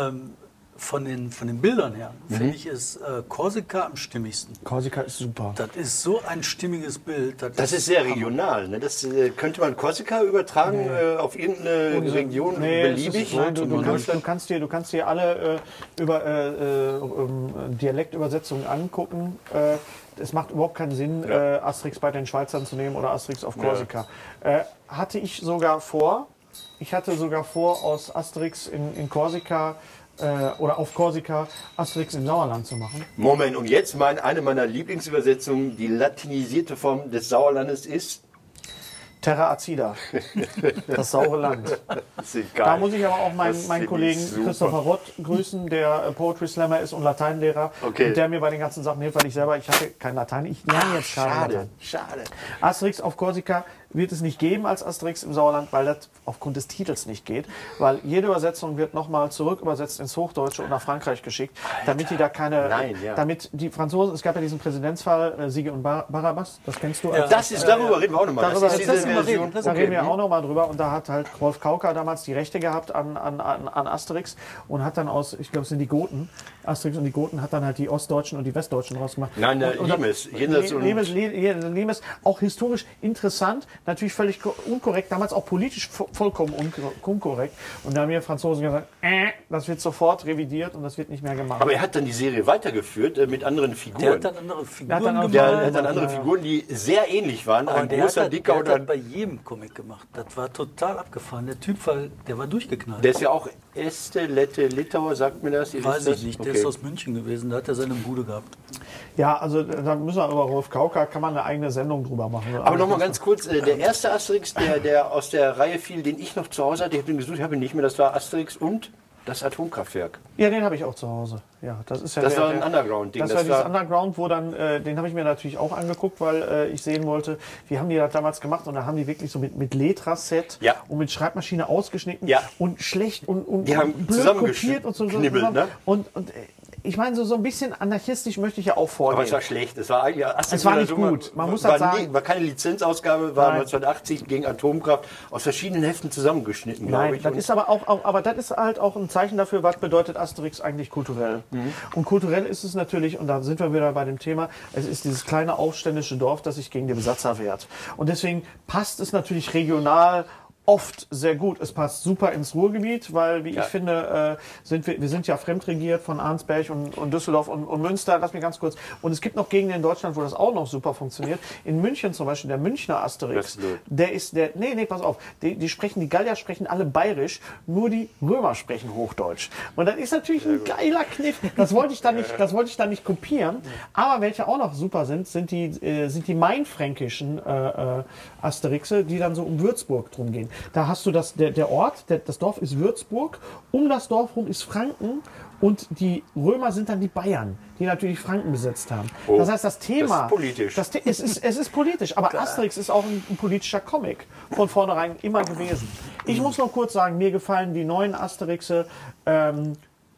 Speaker 3: ähm, von, den, von den Bildern her,
Speaker 1: Mhm.
Speaker 3: finde ich, ist äh, Korsika am stimmigsten.
Speaker 4: Korsika ist super.
Speaker 3: Das ist so ein stimmiges Bild.
Speaker 1: Das ist sehr regional. Ne? Das äh, könnte man Korsika übertragen äh, auf irgendeine Region
Speaker 4: Nee, es
Speaker 1: beliebig.
Speaker 4: Ist, nein, du, du,
Speaker 1: Und
Speaker 4: kannst, du,
Speaker 1: Deutschland-
Speaker 4: kannst dir, du kannst dir alle äh, über äh, äh, ähm, Dialektübersetzungen angucken. Äh, es macht überhaupt keinen Sinn,
Speaker 1: Ja.
Speaker 4: äh, Asterix bei den Schweizern zu nehmen oder Asterix auf Korsika. Äh, hatte ich sogar vor, ich hatte sogar vor, aus Asterix in, in Korsika äh, oder auf Korsika Asterix im Sauerland zu machen.
Speaker 1: Moment, und jetzt mein, eine meiner Lieblingsübersetzungen, die latinisierte Form des Sauerlandes ist.
Speaker 4: Terra Azida, das saure Land.
Speaker 1: Das ist geil.
Speaker 4: Da muss ich aber auch meinen,
Speaker 1: Das
Speaker 4: meinen
Speaker 1: finde ich
Speaker 4: Kollegen
Speaker 1: super.
Speaker 4: Christopher Rott grüßen, der äh, Poetry Slammer ist und Lateinlehrer.
Speaker 1: Okay.
Speaker 4: Und der mir bei den ganzen Sachen hilft, weil ich selber, ich hatte kein Latein, ich lerne jetzt gerade
Speaker 1: Schade,
Speaker 4: Latein.
Speaker 1: schade.
Speaker 4: Asterix auf Korsika wird es nicht geben als Asterix im Sauerland, weil das aufgrund des Titels nicht geht. Weil jede Übersetzung wird nochmal zurückübersetzt ins Hochdeutsche und nach Frankreich geschickt, damit die da keine,
Speaker 1: Nein, ja.
Speaker 4: damit die Franzosen, es gab ja diesen Präsidentsfall, äh, Siege und Bar Barabbas, das kennst du. als-
Speaker 1: Das ist,
Speaker 3: äh,
Speaker 1: darüber reden wir auch nochmal.
Speaker 4: Darüber-
Speaker 1: ist
Speaker 4: das
Speaker 1: diese
Speaker 4: lassen wir
Speaker 1: Version.
Speaker 4: Ne, da reden wir
Speaker 1: Mhm.
Speaker 4: auch nochmal drüber. Und da hat halt Rolf Kauka damals die Rechte gehabt an, an, an, an Asterix und hat dann aus, ich glaube, es sind die Goten, Asterix und die Goten, hat dann halt die Ostdeutschen und die Westdeutschen rausgemacht.
Speaker 1: Nein, der
Speaker 4: Und- und dann-
Speaker 1: Limes, jenseits und-
Speaker 4: Limes, Limes, Limes, auch historisch interessant, natürlich völlig ko- unkorrekt, damals auch politisch vo- vollkommen unkor- unkorrekt. Und da haben wir Franzosen gesagt, äh, das wird sofort revidiert und das wird nicht mehr gemacht.
Speaker 1: Aber er hat dann die Serie weitergeführt äh, mit anderen Figuren.
Speaker 3: der hat dann andere Figuren
Speaker 4: hat dann auch-
Speaker 3: gemacht.
Speaker 1: Der
Speaker 4: Ja,
Speaker 1: hat dann andere
Speaker 4: ja.
Speaker 1: Figuren, die sehr ähnlich waren.
Speaker 3: Aber
Speaker 1: Ein
Speaker 3: der
Speaker 1: großer,
Speaker 3: hat, das-
Speaker 1: dicker
Speaker 3: der
Speaker 1: und
Speaker 3: hat das
Speaker 1: ein.
Speaker 3: bei jedem Comic gemacht. Das war total abgefahren. Der Typ war, der war durchgeknallt.
Speaker 1: Der ist ja auch Este, Lette, Litauer, sagt mir das. Ihr
Speaker 3: Weiß
Speaker 1: wisst
Speaker 3: ich
Speaker 1: das?
Speaker 3: nicht. Der
Speaker 1: Okay.
Speaker 3: ist aus München gewesen. Da hat er seine Bude gehabt.
Speaker 4: Ja, also da müssen wir über Rolf Kauka, kann man eine eigene Sendung drüber machen.
Speaker 1: Aber nochmal ganz kurz, äh, der erste Asterix, der, der aus der Reihe fiel, den ich noch zu Hause hatte, ich habe den gesucht, habe ihn nicht mehr, das war Asterix und das Atomkraftwerk.
Speaker 4: Ja, den habe ich auch zu Hause. Ja, das ist ja
Speaker 1: Das
Speaker 4: der,
Speaker 1: war ein
Speaker 4: der-
Speaker 1: Underground-Ding,
Speaker 4: Das,
Speaker 1: das
Speaker 4: war dieses
Speaker 1: war-
Speaker 4: Underground, wo dann, äh, den habe ich mir natürlich auch angeguckt, weil äh, ich sehen wollte, wie haben die das damals gemacht und da haben die wirklich so mit, mit Letraset
Speaker 1: Ja.
Speaker 4: und mit Schreibmaschine ausgeschnitten
Speaker 1: Ja.
Speaker 4: und schlecht und, und,
Speaker 1: Die haben
Speaker 4: und blöd
Speaker 1: zusammengeschnitten,
Speaker 4: kopiert und so. so
Speaker 1: knibbeln,
Speaker 4: zusammen.
Speaker 1: ne?
Speaker 4: Und, und äh, ich meine, so, so ein bisschen anarchistisch möchte ich ja auch vorgehen.
Speaker 1: Aber es war schlecht, es war eigentlich Asterix
Speaker 4: Es war
Speaker 1: oder
Speaker 4: nicht
Speaker 1: so,
Speaker 4: gut, man muss
Speaker 1: war,
Speaker 4: das sagen.
Speaker 1: nie- war keine Lizenzausgabe, war
Speaker 4: Nein.
Speaker 1: 1980 gegen Atomkraft aus verschiedenen Heften zusammengeschnitten, glaube
Speaker 4: Nein,
Speaker 1: ich.
Speaker 4: das
Speaker 1: Und
Speaker 4: ist aber auch, auch, aber das ist halt auch ein Zeichen dafür, was bedeutet Asterix eigentlich kulturell.
Speaker 1: Mhm.
Speaker 4: Und kulturell ist es natürlich, und da sind wir wieder bei dem Thema, es ist dieses kleine aufständische Dorf, das sich gegen den Besatzer wehrt. Und deswegen passt es natürlich regional oft sehr gut. Es passt super ins Ruhrgebiet, weil, wie
Speaker 1: Ja.
Speaker 4: ich finde, äh, sind wir, wir sind ja fremdregiert von Arnsberg und, und Düsseldorf und, und Münster. Lass mich ganz kurz. Und es gibt noch Gegenden in Deutschland, wo das auch noch super funktioniert. In München zum Beispiel, der Münchner Asterix,
Speaker 1: Westlob.
Speaker 4: der ist der. Nee, nee, pass auf. Die, die sprechen, die Gallier sprechen alle bayerisch, nur die Römer sprechen Hochdeutsch. Und das ist natürlich ein geiler Kniff. Das wollte ich dann nicht, das wollte ich dann nicht kopieren. Aber welche auch noch super sind, sind die, äh, sind die mainfränkischen äh, äh, Asterixe, die dann so um Würzburg drum gehen. Da hast du das, der, der Ort, der, das Dorf ist Würzburg, um das Dorf rum ist Franken und die Römer sind dann die Bayern, die natürlich Franken besetzt haben. das heißt, das Thema.
Speaker 1: Oh, das ist politisch.
Speaker 4: Das The- es, ist, es ist politisch, aber Asterix ist auch ein, ein politischer Comic. Von vornherein immer gewesen. Ich muss noch kurz sagen, mir gefallen die neuen Asterixe ähm,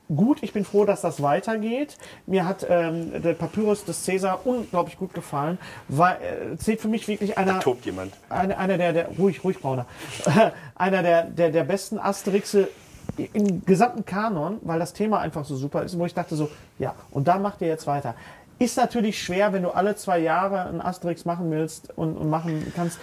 Speaker 4: gut. Ich bin froh, dass das weitergeht. Mir hat ähm, der Papyrus des Caesar unglaublich gut gefallen. Weil, äh, zählt für mich wirklich einer.
Speaker 1: tobt jemand.
Speaker 4: Einer, einer der, der, ruhig, ruhig, Brauner. einer der, der, der besten Asterixe im gesamten Kanon, weil das Thema einfach so super ist, wo ich dachte so, ja, und da macht ihr jetzt weiter. Ist natürlich schwer, wenn du alle zwei Jahre einen Asterix machen willst und, und machen kannst.
Speaker 1: Hm.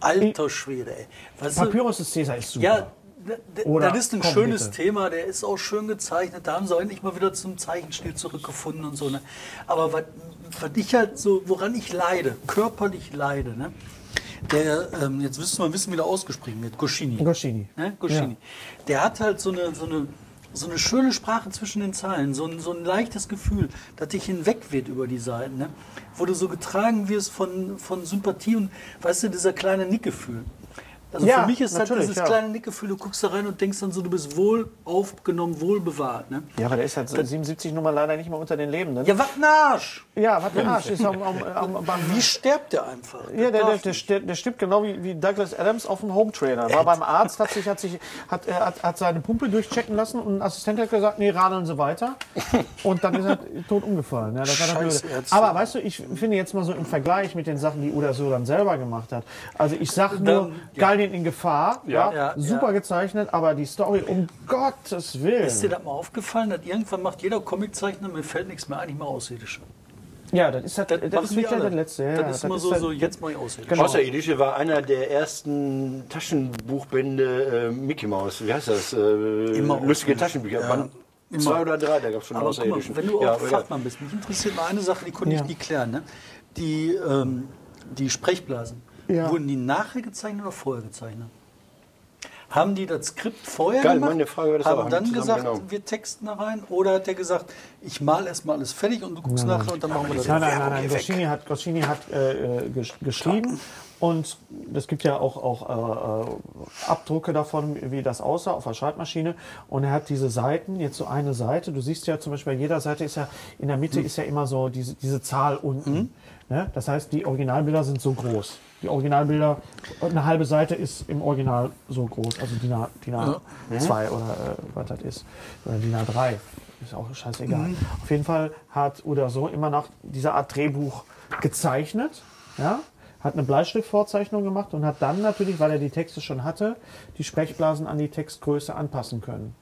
Speaker 3: Alter Schwede, ey. Weißt du,
Speaker 4: Papyrus des Caesar ist super.
Speaker 3: Ja, d- d-
Speaker 4: Oder-
Speaker 3: das ist ein
Speaker 4: komm,
Speaker 3: schönes
Speaker 4: bitte.
Speaker 3: Thema, der ist auch schön gezeichnet. Da haben sie endlich mal wieder zum Zeichenstil zurückgefunden und so. Ne? Aber was was ich halt so, woran ich leide, körperlich leide, ne? der, ähm, jetzt müssen wir wissen, wie der ausgesprochen wird, Goscini.
Speaker 4: Goscinny.
Speaker 3: Ne? Goscini. Der hat halt so eine, so eine so eine schöne Sprache zwischen den Zeilen, so ein, so ein leichtes Gefühl, das dich hinwegweht über die Seiten, ne? wo du so getragen wirst von, von Sympathie und, weißt du, dieser kleine Nickgefühl. Also
Speaker 4: Ja,
Speaker 3: für mich ist das
Speaker 4: natürlich,
Speaker 3: dieses
Speaker 4: ja.
Speaker 3: kleine Nickgefühl, du guckst da rein und denkst dann so, du bist wohl aufgenommen, wohl bewahrt. Ne?
Speaker 4: Ja, aber der ist halt 77 Nummer leider nicht mal unter den Lebenden.
Speaker 3: Ja, was ein Arsch!
Speaker 4: Ja, ah, was ein Arsch. Ist am, am, am, am,
Speaker 3: Wie stirbt der einfach?
Speaker 4: ja, der, der,
Speaker 3: darf
Speaker 4: der,
Speaker 3: nicht.
Speaker 4: der, der stirbt genau wie, wie Douglas Adams auf dem Home Trainer. War beim Arzt, hat, sich, hat, sich, hat, äh, hat, hat seine Pumpe durchchecken lassen und ein Assistent hat gesagt, nee, radeln Sie weiter. Und dann ist er tot umgefallen. Ja, das war dann
Speaker 3: Scheiß
Speaker 4: blöd.
Speaker 3: Ärzte.
Speaker 4: Aber weißt du, ich finde jetzt mal so im Vergleich mit den Sachen, die Uda Södan selber gemacht hat. Also ich sag nur,
Speaker 3: Dann-
Speaker 4: Gallien in Gefahr, ja,
Speaker 3: Ja,
Speaker 4: super
Speaker 3: ja.
Speaker 4: gezeichnet, aber die Story, um Gottes
Speaker 3: ist dir
Speaker 4: Willen.
Speaker 3: das mal aufgefallen, dass irgendwann macht jeder Comiczeichner, mir fällt nichts mehr ein, ich mache Außerirdische.
Speaker 4: Ja, das ist, das,
Speaker 3: Das,
Speaker 4: das
Speaker 3: machen
Speaker 4: ist
Speaker 3: die
Speaker 4: wirklich
Speaker 3: alle.
Speaker 4: das Letzte. Ja,
Speaker 3: das ist immer so,
Speaker 4: das- halt
Speaker 3: so, jetzt mache ich Außerirdische.
Speaker 4: Genau.
Speaker 1: Außerirdische war einer der ersten Taschenbuchbände äh, Mickey Mouse. Wie heißt das? Äh,
Speaker 3: Immer
Speaker 1: lustige
Speaker 3: Außerirdische.
Speaker 1: Taschenbücher.
Speaker 3: Ja.
Speaker 1: Band
Speaker 3: Immer.
Speaker 1: Zwei oder drei, da gab es schon
Speaker 3: Aber guck mal,
Speaker 1: Außerirdischen.
Speaker 3: wenn du auch
Speaker 1: Ja, aber egal.
Speaker 3: Fachmann bist, mich interessiert mal eine Sache, die konnte
Speaker 4: Ja.
Speaker 3: ich nie klären. Ne? Die, ähm, die Sprechblasen,
Speaker 4: Ja.
Speaker 3: wurden die nachher gezeichnet oder vorher gezeichnet? Haben die das Skript vorher
Speaker 1: Geil,
Speaker 3: gemacht?
Speaker 1: meine Frage wäre das
Speaker 3: haben
Speaker 1: auch.
Speaker 3: dann
Speaker 1: Zusammen,
Speaker 3: gesagt,
Speaker 1: genau.
Speaker 3: wir texten da rein? Oder hat der gesagt, ich mal erstmal alles fertig und du guckst nachher und dann machen wir das?
Speaker 4: Nein, nein, nein, nein. Goscinny hat, Goscinny hat äh, äh, gesch geschrieben und es gibt ja auch, auch äh, äh, Abdrucke davon, wie das aussah auf der Schreibmaschine. Und er hat diese Seiten, jetzt so eine Seite. Du siehst ja zum Beispiel bei jeder Seite ist ja in der Mitte ist ja immer so diese, diese Zahl unten. Ne? Das heißt, die Originalbilder sind so groß. Die Originalbilder, eine halbe Seite ist im Original so groß. Also DIN A- DIN A2 oder äh, was das ist. Oder DIN A3. Ist auch scheißegal.
Speaker 3: Mhm.
Speaker 4: Auf jeden Fall hat oder so immer nach dieser Art Drehbuch gezeichnet. Ja? Hat eine Bleistiftvorzeichnung gemacht und hat dann natürlich, weil er die Texte schon hatte, die Sprechblasen an die Textgröße anpassen können.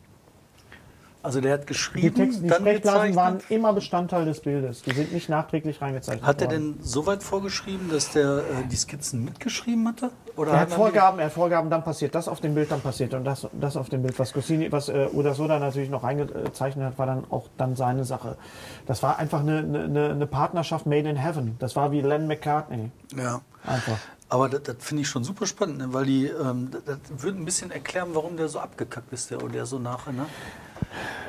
Speaker 3: Also der hat geschrieben,
Speaker 4: Die, Texte, die
Speaker 3: dann
Speaker 4: Sprechblasen
Speaker 3: gezeichnet.
Speaker 4: waren immer Bestandteil des Bildes. Die sind nicht nachträglich reingezeichnet
Speaker 3: hat er
Speaker 4: worden.
Speaker 3: denn so weit vorgeschrieben, dass der äh, die Skizzen mitgeschrieben hatte? Oder
Speaker 4: Er hat
Speaker 3: haben die-
Speaker 4: Vorgaben, er hat Vorgaben, dann passiert das auf dem Bild, dann passiert und das, das auf dem Bild. Was Goscinny, was äh, Uda Soda natürlich noch reingezeichnet hat, war dann auch dann seine Sache. Das war einfach eine, eine- eine, eine Partnerschaft made in heaven. Das war wie Len McCartney.
Speaker 3: Ja.
Speaker 4: Einfach.
Speaker 3: Aber das, das finde ich schon super spannend, ne? weil die, ähm, das, das würde ein bisschen erklären, warum der so abgekackt ist, der, der so nachher, ne?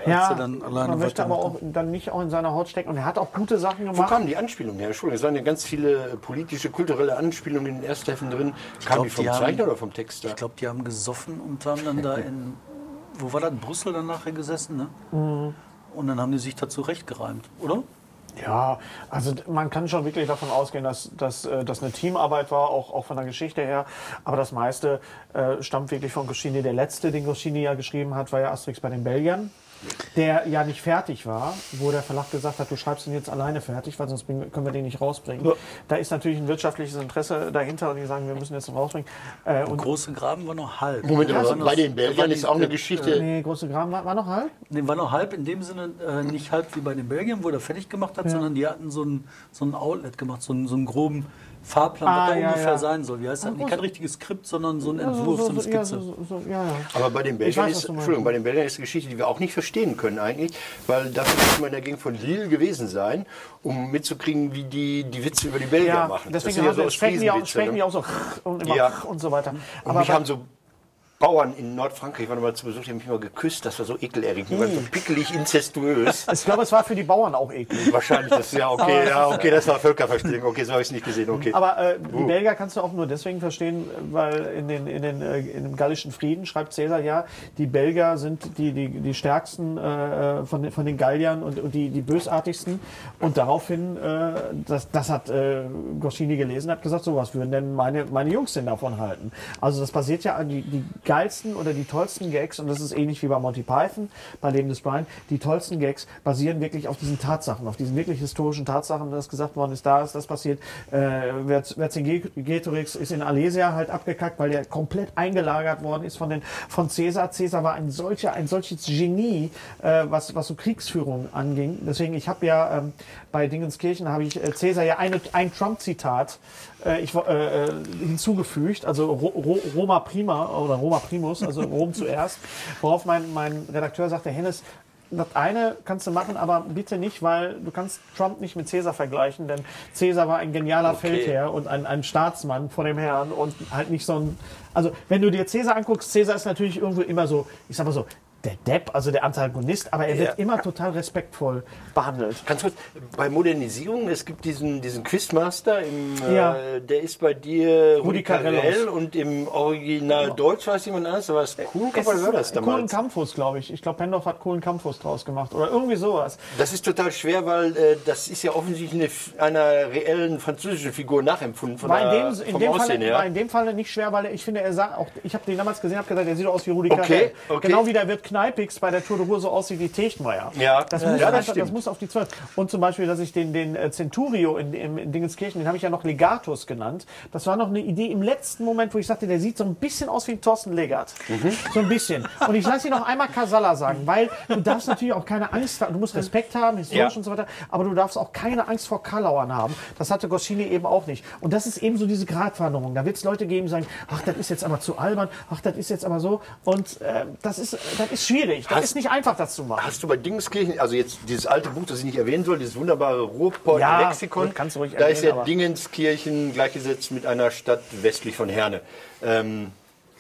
Speaker 4: Ja,
Speaker 3: er dann alleine ne?
Speaker 4: man möchte aber auch
Speaker 3: weitermacht,
Speaker 4: dann nicht auch in seiner Haut stecken. Und er hat auch gute Sachen
Speaker 1: Wo
Speaker 4: gemacht.
Speaker 1: kamen die Anspielungen her? Entschuldigung, es waren ja ganz viele politische, kulturelle Anspielungen in den Erstheften drin. Kamen
Speaker 3: glaub,
Speaker 1: die vom
Speaker 3: die haben-
Speaker 1: Zeichner oder vom Texter?
Speaker 3: Ich glaube, die haben gesoffen und haben dann da in, wo war das, Brüssel dann nachher gesessen, ne?
Speaker 4: Mhm.
Speaker 3: Und dann haben die sich da zurechtgereimt, oder?
Speaker 4: Ja, also d- man kann schon wirklich davon ausgehen, dass, dass äh, das eine Teamarbeit war, auch, auch von der Geschichte her. Aber das meiste äh, stammt wirklich von Goscinny. Der letzte, den Goscinny ja geschrieben hat, war ja Asterix bei den Belgiern, der ja nicht fertig war, wo der Verlag gesagt hat, du schreibst ihn jetzt alleine fertig, weil sonst bring- können wir den nicht rausbringen. Da ist natürlich ein wirtschaftliches Interesse dahinter und die sagen, wir müssen jetzt noch rausbringen. Äh,
Speaker 3: Der
Speaker 4: und
Speaker 3: große Graben war noch halb.
Speaker 1: Moment,
Speaker 3: Der war
Speaker 1: aber
Speaker 3: noch-
Speaker 1: bei den
Speaker 3: der war äh,
Speaker 1: Belgiern
Speaker 3: nicht-
Speaker 1: ist auch eine Geschichte.
Speaker 4: nee, große Graben war, war noch halb?
Speaker 3: Nee, war noch halb in dem Sinne, äh, nicht halb wie bei den Belgiern, wo er fertig gemacht hat, sondern die hatten so ein, so ein Outlet gemacht, so einen, so einen groben Fahrplan,
Speaker 4: Ah,
Speaker 3: was da
Speaker 4: ja,
Speaker 3: ungefähr
Speaker 4: ja.
Speaker 3: sein soll. Wie heißt das? Nee, Kein richtiges Skript, sondern so ein Entwurf, so, eine Skizze.
Speaker 4: ja, so, so, so, ja, ja.
Speaker 1: Aber bei den Belgiern
Speaker 4: weiß, was
Speaker 1: ist,
Speaker 4: du meinst.
Speaker 1: Entschuldigung, bei den Belgiern ist eine Geschichte, die wir auch nicht verstehen können eigentlich, weil dafür muss man in der Gegend von Lille gewesen sein, um mitzukriegen, wie die die Witze über die Belgier
Speaker 4: Ja,
Speaker 1: machen.
Speaker 4: deswegen
Speaker 1: sind
Speaker 4: haben wir- sprechen, die auch,
Speaker 1: Ostfriesenwitze,
Speaker 4: sprechen
Speaker 1: ne?
Speaker 4: die auch so und immer
Speaker 1: Ja.
Speaker 4: und so weiter.
Speaker 1: Und mich haben so Bauern in Nordfrankreich, waren mal zu Besuch, die haben mich immer geküsst, das war so ekelerregend, die waren
Speaker 4: Hm.
Speaker 1: so pickelig, inzestuös.
Speaker 4: Ich glaube, es war für die Bauern auch eklig.
Speaker 1: Wahrscheinlich, das ja okay, ja okay, das war Völkerverständigung, okay, so habe ich es nicht gesehen, okay.
Speaker 4: äh, Aber äh, die Belgier kannst du auch nur deswegen verstehen, weil in, den, in, den, äh, in dem gallischen Frieden schreibt Cäsar ja, die Belgier sind die, die, die stärksten äh, von, den- von den Galliern und, und die, die bösartigsten. Und daraufhin, äh, das, das hat äh, Goscinny gelesen, hat gesagt, so was würden denn meine, meine Jungs denn davon halten? Also das basiert ja an die, die geilsten oder die tollsten Gags, und das ist ähnlich wie bei Monty Python, bei Leben des Brian, die tollsten Gags basieren wirklich auf diesen Tatsachen, auf diesen wirklich historischen Tatsachen, dass gesagt worden ist, da ist das passiert. Äh, Vercingetorix ist in Alesia halt abgekackt, weil der komplett eingelagert worden ist von den von Caesar. Caesar war ein solcher, ein solches Genie, äh, was was so Kriegsführung anging. Deswegen, ich habe ja ähm, bei Dingenskirchen habe ich äh, Caesar ja eine, ein Trump-Zitat äh, ich, wo- äh, äh, hinzugefügt, also Ro Ro Roma Prima oder Roma Primus, also Rom zuerst, worauf mein, mein Redakteur sagte, Hennes, das eine kannst du machen, aber bitte nicht, weil du kannst Trump nicht mit Caesar vergleichen, denn Caesar war ein genialer
Speaker 1: Okay.
Speaker 4: Feldherr und ein, ein Staatsmann vor dem Herrn und halt nicht so ein... Also wenn du dir Caesar anguckst, Caesar ist natürlich irgendwo immer so, ich sag mal so, der Depp, also der Antagonist, aber er wird
Speaker 1: Ja.
Speaker 4: immer total respektvoll behandelt.
Speaker 1: Ganz kurz, bei Modernisierung, es gibt diesen, diesen Quizmaster, im,
Speaker 4: Ja.
Speaker 1: äh, der ist bei dir Rudi
Speaker 4: Rudi Carellos.
Speaker 1: Carell und im Original Deutsch weiß jemand anders, aber es cool,
Speaker 4: Es
Speaker 1: war das
Speaker 4: ist coolen
Speaker 1: damals.
Speaker 4: Kampfus, glaube ich. Ich glaube, Pendorf hat coolen Kampfus draus gemacht oder irgendwie sowas.
Speaker 1: Das ist total schwer, weil äh, das ist ja offensichtlich eine, F- einer reellen französischen Figur nachempfunden von der,
Speaker 4: War in dem, in
Speaker 1: vom
Speaker 4: dem,
Speaker 1: Aussehen
Speaker 4: Falle,
Speaker 1: her.
Speaker 4: war in dem Falle nicht schwer, weil er, ich finde, er sah auch, ich habe den damals gesehen, habe gedacht, er sieht doch aus wie Rudi
Speaker 1: Okay,
Speaker 4: Carrell.
Speaker 1: okay.
Speaker 4: Genau wie der Wirt Kneipix bei der Tour de Ruhr so aussieht wie Techmeier.
Speaker 1: Ja,
Speaker 4: das,
Speaker 1: ja,
Speaker 4: muss
Speaker 1: ja, das
Speaker 4: einfach, das,
Speaker 1: stimmt.
Speaker 4: muss auf die 12. Und zum Beispiel, dass ich den, den äh, Centurio in, in, in Dingenskirchen, den habe ich ja noch Legatus genannt. Das war noch eine Idee im letzten Moment, wo ich sagte, der sieht so ein bisschen aus wie ein Thorsten Legert.
Speaker 1: Mhm.
Speaker 4: So ein bisschen. Und ich lasse ihn noch einmal Casalla sagen, weil du darfst natürlich auch keine Angst haben, du musst Respekt haben, historisch
Speaker 1: Ja.
Speaker 4: und so weiter, aber du darfst auch keine Angst vor Kalauern haben. Das hatte Goscinny eben auch nicht. Und das ist eben so diese Gratwanderung. Da wird es Leute geben, die sagen, ach, das ist jetzt aber zu albern, ach, das ist jetzt aber so. Und äh, das, ist, das ist schwierig. Das
Speaker 1: Hast-
Speaker 4: ist nicht einfach, das zu machen.
Speaker 1: Hast du bei Dingenskirchen, also jetzt dieses alte Buch, das ich nicht erwähnen soll, dieses wunderbare Ruhrpott-Lexikon,
Speaker 4: Ja, gut, kannst du ruhig
Speaker 1: da ist
Speaker 4: erwähnen,
Speaker 1: ja
Speaker 4: aber-
Speaker 1: Dingenskirchen gleichgesetzt mit einer Stadt westlich von Herne. Ähm,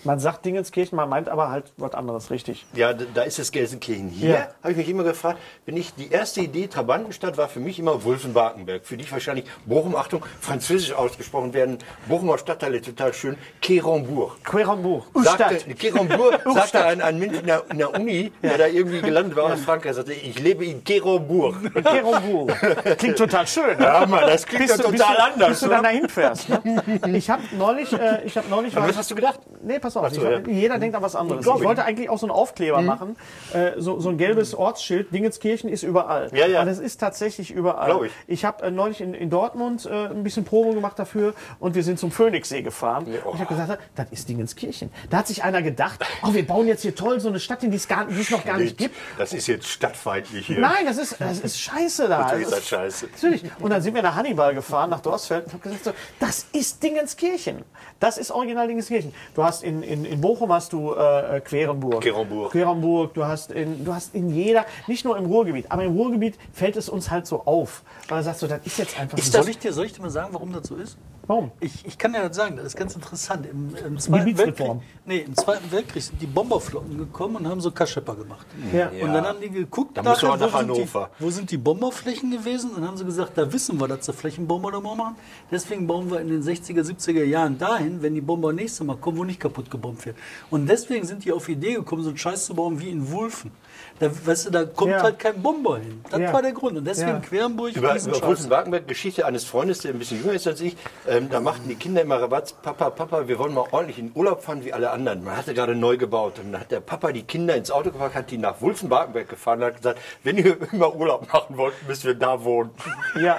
Speaker 4: Man sagt Dingenskirchen, man meint aber halt was anderes, richtig.
Speaker 1: Ja, d- da ist es Gelsenkirchen. Hier
Speaker 4: Ja.
Speaker 1: habe ich mich immer gefragt, wenn ich die erste Idee Trabantenstadt war für mich immer Wulfenbartenberg. Für dich wahrscheinlich Bochum, Achtung, französisch ausgesprochen werden Bochumer Stadtteile total schön, Kerembourg.
Speaker 4: Querombuch,
Speaker 1: Sagte,
Speaker 4: Ustadt.
Speaker 1: Kerembourg sagte ein, ein Mensch in der, in der Uni, der da irgendwie gelandet war aus Frankreich, sagte, ich lebe in Kerembourg.
Speaker 4: Querombuch. Klingt total schön. ne?
Speaker 1: Ja, Mann, das klingt ja
Speaker 4: bist
Speaker 1: total
Speaker 4: du,
Speaker 1: anders.
Speaker 4: Bis du
Speaker 1: ne?
Speaker 4: dann dahin fährst. Ne? Ich habe neulich, äh, ich habe neulich
Speaker 1: was hast du gedacht?
Speaker 4: Nee, pass auf.
Speaker 1: so,
Speaker 4: ich hab,
Speaker 1: ja.
Speaker 4: Jeder denkt an was anderes. Ich,
Speaker 1: Glaub ich. Mhm.
Speaker 4: wollte eigentlich auch so einen Aufkleber machen, äh, so, so ein gelbes Ortsschild. Dingenskirchen ist überall.
Speaker 1: Ja, ja.
Speaker 4: Und es ist tatsächlich überall.
Speaker 1: Glaub ich.
Speaker 4: Ich habe äh, neulich in, in Dortmund äh, ein bisschen Probe gemacht dafür und wir sind zum Phoenixsee gefahren. Und ich habe gesagt, das ist Dingenskirchen. Da hat sich einer gedacht, oh, wir bauen jetzt hier toll so eine Stadt, hin, die es gar- die es noch gar nicht gibt.
Speaker 1: Das ist jetzt stadtfeindlich hier.
Speaker 4: Nein, das ist, das ist scheiße da.
Speaker 1: Natürlich ist das
Speaker 4: ist-
Speaker 1: scheiße.
Speaker 4: Natürlich. Und dann sind wir nach Hannibal gefahren, nach Dorsfeld, und hab gesagt, so, das ist Dingenskirchen. Das ist original Dingenskirchen. Du hast in, in, in Bochum hast du äh, Querenburg.
Speaker 1: Querenburg.
Speaker 4: Querenburg, du hast, in, du hast in jeder, nicht nur im Ruhrgebiet, aber im Ruhrgebiet fällt es uns halt so auf. Weil du sagst so, das ist jetzt einfach so.
Speaker 3: soll, ich dir, soll ich dir mal sagen, warum das so ist?
Speaker 4: Warum?
Speaker 3: Ich, ich kann dir das sagen, das ist ganz interessant. Im, im, Zweiten Weltkrieg,
Speaker 4: Gebietsreform.
Speaker 3: nee, Im Zweiten Weltkrieg sind die Bomberflotten gekommen und haben so Kaschepper gemacht.
Speaker 4: Ja.
Speaker 3: Und dann haben die geguckt,
Speaker 1: Da musst du
Speaker 3: nachher,
Speaker 1: auch nach
Speaker 3: wo, sind
Speaker 1: Hannover.
Speaker 3: die, wo sind die Bomberflächen gewesen und haben sie gesagt, da wissen wir, dass sie Flächenbombardement machen. Deswegen bauen wir in den 60er, 70er Jahren dahin, wenn die Bomber nächste Mal kommen, wo nicht kaputt gebombt wird. Und deswegen sind die auf die Idee gekommen, so einen Scheiß zu bauen wie in Wulfen. Da, weißt du, da kommt
Speaker 4: Ja.
Speaker 3: halt kein Bomber hin. Das
Speaker 4: Ja.
Speaker 3: war der Grund. Und deswegen
Speaker 4: Ja.
Speaker 3: Querenburg
Speaker 1: Über,
Speaker 3: diesen
Speaker 1: über
Speaker 3: Scheiß.
Speaker 1: Wulfenbartenberg, Geschichte eines Freundes, der ein bisschen jünger ist als ich, ähm, da machten die Kinder immer Rabatz, Papa, Papa, wir wollen mal ordentlich in Urlaub fahren wie alle anderen. Man hatte gerade neu gebaut und dann hat der Papa die Kinder ins Auto gepackt, hat die nach Wulfenbartenberg gefahren und hat gesagt, wenn ihr immer Urlaub machen wollt, müsst ihr da wohnen.
Speaker 4: Ja.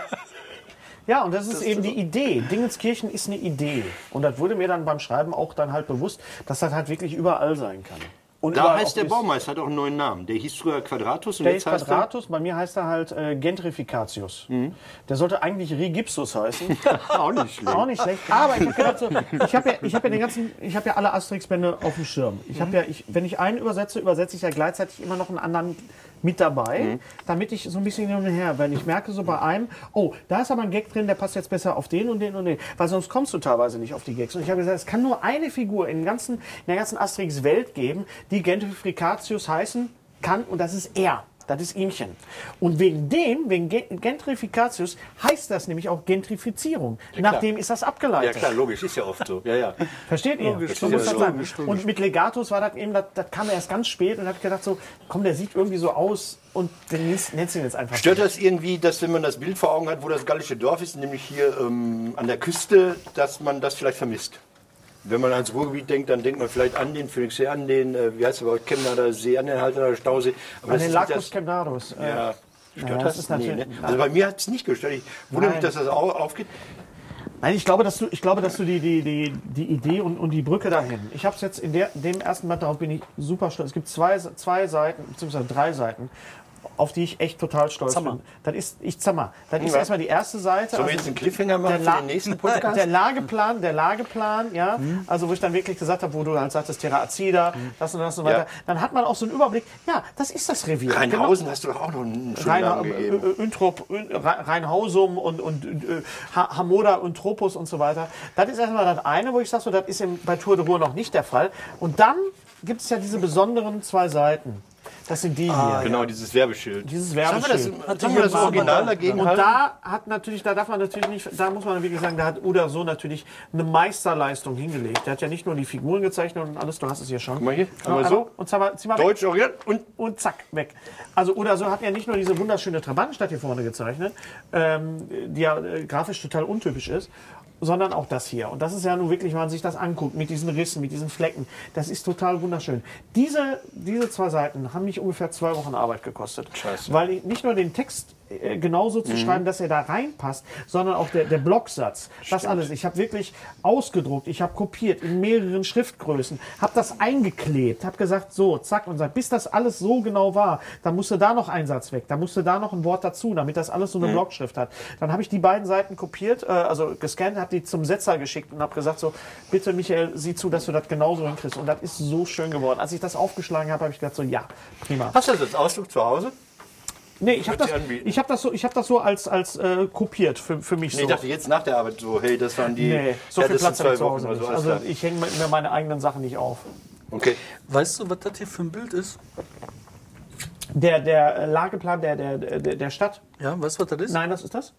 Speaker 4: Ja, und das ist eben die Idee. Dingenskirchen ist eine Idee. Und das wurde mir dann beim Schreiben auch dann halt bewusst, dass das halt wirklich überall sein kann. Und
Speaker 1: Da
Speaker 4: überall auch
Speaker 1: heißt der
Speaker 4: bis-
Speaker 1: Baumeister, hat auch einen neuen Namen. Der hieß früher Quadratus und
Speaker 4: Der
Speaker 1: jetzt
Speaker 4: ist
Speaker 1: heißt
Speaker 4: Quadratus, bei mir heißt er halt äh, Gentrificatius. Der sollte eigentlich Rigipsus heißen.
Speaker 1: er... Mhm. Auch nicht schlecht.
Speaker 4: Auch nicht schlecht. Aber ich habe gedacht, so, ich habe ja, ich hab ja den ganzen, ich habe ja alle Asterix-Bände auf dem Schirm. Ich
Speaker 1: Mhm.
Speaker 4: habe ja, ich, wenn ich einen übersetze, übersetze ich ja gleichzeitig immer noch einen anderen mit dabei,
Speaker 1: Mhm.
Speaker 4: damit ich so ein bisschen hin und her, wenn ich merke so bei einem, oh, da ist aber ein Gag drin, der passt jetzt besser auf den und den und den, weil sonst kommst du teilweise nicht auf die Gags. Und ich habe gesagt, es kann nur eine Figur in, dem ganzen, in der ganzen Asterix-Welt geben, die Gentrificatius heißen kann und das ist er. Das ist ihmchen. Und wegen dem, wegen Gen- Gentrificatius, heißt das nämlich auch Gentrifizierung. Nach dem ist das
Speaker 1: Ja
Speaker 4: abgeleitet.
Speaker 1: klar, logisch, ist ja oft so. Ja, ja.
Speaker 4: Versteht ihr? So
Speaker 1: ist
Speaker 4: muss
Speaker 1: ja
Speaker 4: das sein. Und mit Legatus war das eben, das, das kam erst ganz spät und hab gedacht so, komm, der sieht irgendwie so aus und den nennst nennst du ihn jetzt einfach.
Speaker 1: Stört das irgendwie, dass wenn man das Bild vor Augen hat, wo das gallische Dorf ist, nämlich hier ähm, an der Küste, dass man das vielleicht vermisst? Wenn man ans Ruhrgebiet denkt, dann denkt man vielleicht an den Phoenixsee, an den, äh, wie heißt der, überhaupt, Chemnader See, an den Halterner Stausee. Aber das
Speaker 4: An den
Speaker 1: ist nicht
Speaker 4: Lacus
Speaker 1: das,
Speaker 4: Kemnarus. Äh,
Speaker 1: ja, stört das?
Speaker 4: Naja, das ist
Speaker 1: nee, ne?
Speaker 4: natürlich-
Speaker 1: Also bei mir hat es nicht gestört. Ich wundere mich, dass das au- aufgeht.
Speaker 4: Nein, ich glaube, dass du, ich glaube, dass du die, die, die, die Idee und, und die Brücke dahin. Ich habe es jetzt in der, dem ersten Band, darauf bin ich super stolz. Es gibt zwei, zwei Seiten, beziehungsweise drei Seiten, auf die ich echt total stolz
Speaker 3: Zammer.
Speaker 4: bin. Das ist, ich zammer. Das ist erstmal die erste Seite.
Speaker 1: Sollen wir jetzt einen Cliffhanger machen für
Speaker 4: La-
Speaker 1: den nächsten Podcast?
Speaker 4: Der Lageplan, der Lageplan, ja. Also wo ich dann wirklich gesagt habe, wo du halt sagtest, Terra Azida, das und das und weiter.
Speaker 1: Mhm. Ja.
Speaker 4: Dann hat man auch so einen Überblick. Ja, das ist das Revier. Genau.
Speaker 1: Rheinhausen hast du doch auch noch einen schönen
Speaker 4: Rhein,
Speaker 1: Namen
Speaker 4: äh,
Speaker 1: gegeben.
Speaker 4: äh, Untrop, Un- Rhein- Rheinhausum und, und äh, Ha- Hamoda und Tropus und so weiter. Das ist erstmal das eine, wo ich sage, so, das ist im, bei Tour de Ruhr noch nicht der Fall. Und dann gibt es ja diese besonderen zwei Seiten. Das sind die hier.
Speaker 1: Genau, dieses Werbeschild.
Speaker 4: Dieses
Speaker 1: Haben wir das,
Speaker 4: Werbeschild.
Speaker 1: haben wir das Original dagegen?
Speaker 4: Und da hat natürlich, da darf man natürlich nicht, da muss man wirklich sagen, da hat Uda so natürlich eine Meisterleistung hingelegt. Der hat ja nicht nur die Figuren gezeichnet und alles, du hast es hier schon. Guck
Speaker 1: mal hier, einmal so.
Speaker 4: Und zwar, zieh mal weg.
Speaker 1: Deutsch Original und
Speaker 4: und zack, weg. Also oder so hat er nicht nur diese wunderschöne Trabantenstadt hier vorne gezeichnet, ähm, die ja äh, grafisch total untypisch ist, sondern auch das hier. Und das ist ja nun wirklich, wenn man sich das anguckt, mit diesen Rissen, mit diesen Flecken, das ist total wunderschön. Diese, diese zwei Seiten haben mich ungefähr zwei Wochen Arbeit gekostet.
Speaker 1: Scheiße.
Speaker 4: Weil ich nicht nur den Text äh, genauso zu schreiben, dass er da reinpasst, sondern auch der, der Blocksatz, das alles. Also Ich habe wirklich ausgedruckt, ich habe kopiert in mehreren Schriftgrößen, habe das eingeklebt, habe gesagt, so, zack, und sagt, bis das alles so genau war, dann musste da noch ein Satz weg, dann musste da noch ein Wort dazu, damit das alles so
Speaker 1: Mhm.
Speaker 4: eine Blockschrift hat. Dann habe ich die beiden Seiten kopiert, äh, also gescannt, habe die zum Setzer geschickt und habe gesagt, so, bitte Michael, sieh zu, dass du das genauso hinkriegst. Und das ist so schön geworden. Als ich das aufgeschlagen habe, habe ich gedacht, so, ja, prima.
Speaker 1: Hast du das als Ausdruck zu Hause?
Speaker 4: Nee, ich habe
Speaker 1: Wird
Speaker 4: das,
Speaker 1: sie anbieten.
Speaker 4: ich hab das so, ich hab das so als, als äh, kopiert für, für mich
Speaker 1: Nee,
Speaker 4: so.
Speaker 1: ich dachte jetzt nach der Arbeit so, hey, das waren die.
Speaker 4: nee, so
Speaker 1: ja,
Speaker 4: viel
Speaker 1: das sind
Speaker 4: Platz habe ich zu
Speaker 1: Wochen
Speaker 4: Hause
Speaker 1: oder
Speaker 4: nicht.
Speaker 1: so,
Speaker 4: Also
Speaker 1: alles klar.
Speaker 4: ich hänge mir meine eigenen Sachen nicht auf.
Speaker 1: Okay.
Speaker 3: Weißt du, was das hier für ein Bild ist?
Speaker 4: Der, der äh, Lageplan der, der, der, der Stadt.
Speaker 3: Ja, weißt du, was das ist?
Speaker 4: Nein, das ist das?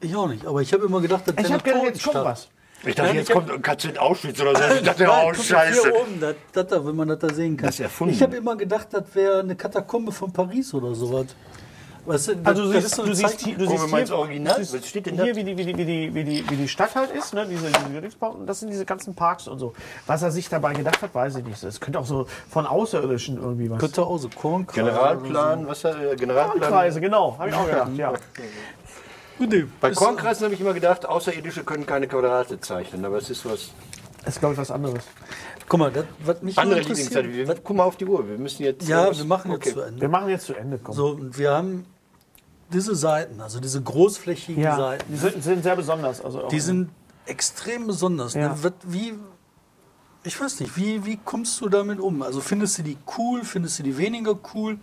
Speaker 3: Ich auch nicht, aber ich habe immer gedacht, das
Speaker 4: Ich
Speaker 3: wäre
Speaker 4: habe gedacht,
Speaker 3: eine
Speaker 4: jetzt kommt
Speaker 3: Totenstadt.
Speaker 4: was.
Speaker 1: Ich dachte,
Speaker 3: Nein,
Speaker 1: jetzt
Speaker 3: ich hab-
Speaker 1: kommt ein Katze in Auschwitz oder so. Ich dachte,
Speaker 3: Nein,
Speaker 1: oh,
Speaker 3: guck mal,
Speaker 1: Scheiße.
Speaker 3: Hier oben, das, das da, wenn man das da sehen kann.
Speaker 1: Das ist erfunden.
Speaker 3: Ich habe immer gedacht, das wäre eine Katakombe von Paris oder sowas. Weißt du, das,
Speaker 4: Also du
Speaker 3: das
Speaker 4: siehst,
Speaker 3: so
Speaker 4: du
Speaker 3: ein
Speaker 4: siehst,
Speaker 3: Zeichen-
Speaker 4: hier, du
Speaker 1: Gucken wir
Speaker 4: siehst
Speaker 1: mal
Speaker 4: hier,
Speaker 1: ins Original.
Speaker 4: du siehst
Speaker 1: Was steht denn da?
Speaker 4: hier wie, die, wie, die, wie, die, wie, die, wie die Stadt halt ist, ne? diese, diese Gerichtsbauten, das sind diese ganzen Parks und so. Was er sich dabei gedacht hat, weiß ich nicht. Es könnte auch so von Außerirdischen irgendwie was.
Speaker 3: Könnte auch so Kornkreise.
Speaker 1: Generalplan, was da, äh, Generalplan.
Speaker 4: Kreise, genau, habe ich auch gedacht, ja.
Speaker 3: Nee,
Speaker 1: Bei
Speaker 3: ist-
Speaker 1: Kornkreisen habe ich immer gedacht, Außerirdische können keine Quadrate zeichnen, aber es ist was.
Speaker 4: Das ist, glaube ich, was anderes.
Speaker 3: Guck mal, das, was mich
Speaker 1: Andere
Speaker 3: nur interessiert-
Speaker 1: Lieblingszeit. Wir, guck mal auf die Uhr. Wir müssen jetzt.
Speaker 3: Ja, wir machen jetzt
Speaker 1: Okay.
Speaker 3: zu Ende.
Speaker 4: Wir machen jetzt zu Ende, komm.
Speaker 3: So, und wir haben diese Seiten, also diese großflächigen
Speaker 4: Ja,
Speaker 3: Seiten.
Speaker 4: die sind, sind sehr besonders. Also auch-
Speaker 3: Die sind extrem besonders.
Speaker 4: Ja.
Speaker 3: Ne? Was- Wie, ich weiß nicht, wie, wie kommst du damit um? Also findest du die cool, findest du die weniger cool?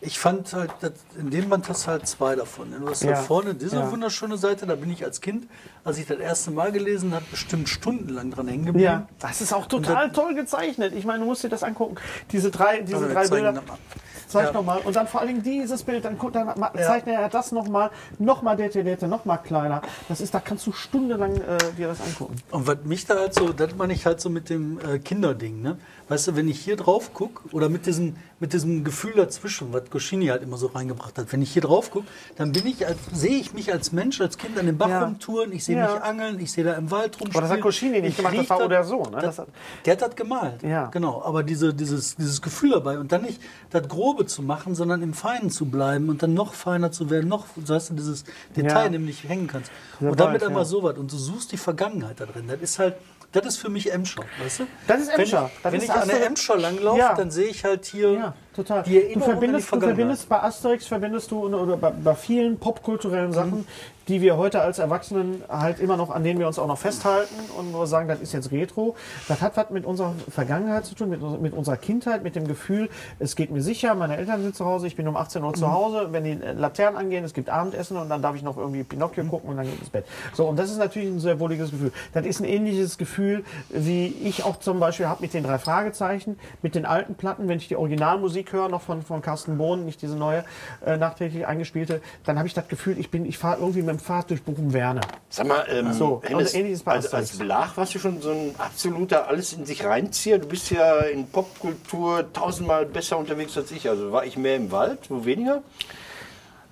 Speaker 3: Ich fand halt, das, in dem Band hast du halt zwei davon. Du hast
Speaker 4: Ja.
Speaker 3: da vorne diese
Speaker 4: Ja.
Speaker 3: wunderschöne Seite, da bin ich als Kind, als ich das erste Mal gelesen habe, bestimmt stundenlang dran hängen geblieben.
Speaker 4: ja, das ist auch total toll gezeichnet. Ich meine, du musst dir das angucken. Diese drei, diese
Speaker 3: Also, wir
Speaker 4: drei
Speaker 3: zeigen
Speaker 4: Bilder.
Speaker 3: das mal.
Speaker 4: Zeig
Speaker 3: Ja.
Speaker 4: nochmal. Und dann vor allen Dingen dieses Bild. Dann, guck, dann ma- zeichnet er das nochmal. Nochmal detaillierter, nochmal kleiner. Das ist, da kannst du stundenlang äh, dir das angucken.
Speaker 3: Und was mich da halt so, das meine ich halt so mit dem äh, Kinderding, ne? Weißt du, wenn ich hier drauf gucke, oder mit diesem, mit diesem Gefühl dazwischen, was Goscini halt immer so reingebracht hat, wenn ich hier drauf gucke, dann bin ich als, sehe ich mich als Mensch, als Kind an den Bach
Speaker 4: Ja.
Speaker 3: rumtouren, ich sehe
Speaker 4: Ja.
Speaker 3: mich angeln, ich sehe da im Wald rumspielen.
Speaker 4: Aber das hat Goscinny nicht
Speaker 3: ich
Speaker 4: gemacht, das
Speaker 3: riech
Speaker 4: war oder so, ne?
Speaker 3: Das,
Speaker 4: Das hat-
Speaker 3: der hat das gemalt,
Speaker 4: Ja.
Speaker 3: genau. Aber diese, dieses, dieses Gefühl dabei und dann nicht das Grobe zu machen, sondern im Feinen zu bleiben und dann noch feiner zu werden, noch, so hast du dieses Detail
Speaker 4: Ja.
Speaker 3: nämlich hängen kannst.
Speaker 4: Sehr
Speaker 3: und damit
Speaker 4: bald,
Speaker 3: einmal
Speaker 4: ja.
Speaker 3: so so was und du suchst die Vergangenheit da drin. Das ist halt, das ist für mich Emscher, weißt du?
Speaker 4: Das ist Emscher. Das
Speaker 3: Wenn ich, wenn
Speaker 4: ist
Speaker 3: ich an der
Speaker 4: Asterix.
Speaker 3: Emscher langlaufe,
Speaker 4: Ja.
Speaker 3: dann sehe ich halt hier
Speaker 4: Ja, total.
Speaker 3: die
Speaker 4: Du
Speaker 3: Erinnerung an die
Speaker 4: verbindest, du
Speaker 3: Vergangenheit.
Speaker 4: verbindest bei Asterix, verbindest du oder- oder bei, bei vielen popkulturellen
Speaker 3: Mhm.
Speaker 4: Sachen, die wir heute als Erwachsenen halt immer noch, an denen wir uns auch noch festhalten und wo wir sagen, das ist jetzt Retro. Das hat was mit unserer Vergangenheit zu tun, mit, unser- mit unserer Kindheit, mit dem Gefühl, es geht mir sicher, meine Eltern sind zu Hause, ich bin um 18 Uhr
Speaker 3: Mhm.
Speaker 4: zu Hause, wenn die äh, Laternen angehen, es gibt Abendessen und dann darf ich noch irgendwie Pinocchio gucken und dann geht ins Bett. So, und das ist natürlich ein sehr wohliges Gefühl. Das ist ein ähnliches Gefühl, wie ich auch zum Beispiel habe mit den drei Fragezeichen, mit den alten Platten, wenn ich die Originalmusik höre, noch von, von Carsten Bohn, nicht diese neue, äh, nachträglich eingespielte, dann habe ich das Gefühl, ich bin, ich fahre irgendwie mit dem Fahrrad durch Buchen-Werne.
Speaker 1: Sag mal, ähm,
Speaker 4: So,
Speaker 1: Hennes,
Speaker 4: also ähnliches bei
Speaker 1: als,
Speaker 4: Asterix.
Speaker 1: als Blach warst du schon so ein absoluter alles in sich reinzieher. Du bist ja in Popkultur tausendmal besser unterwegs als ich. Also war ich mehr im Wald, wo weniger?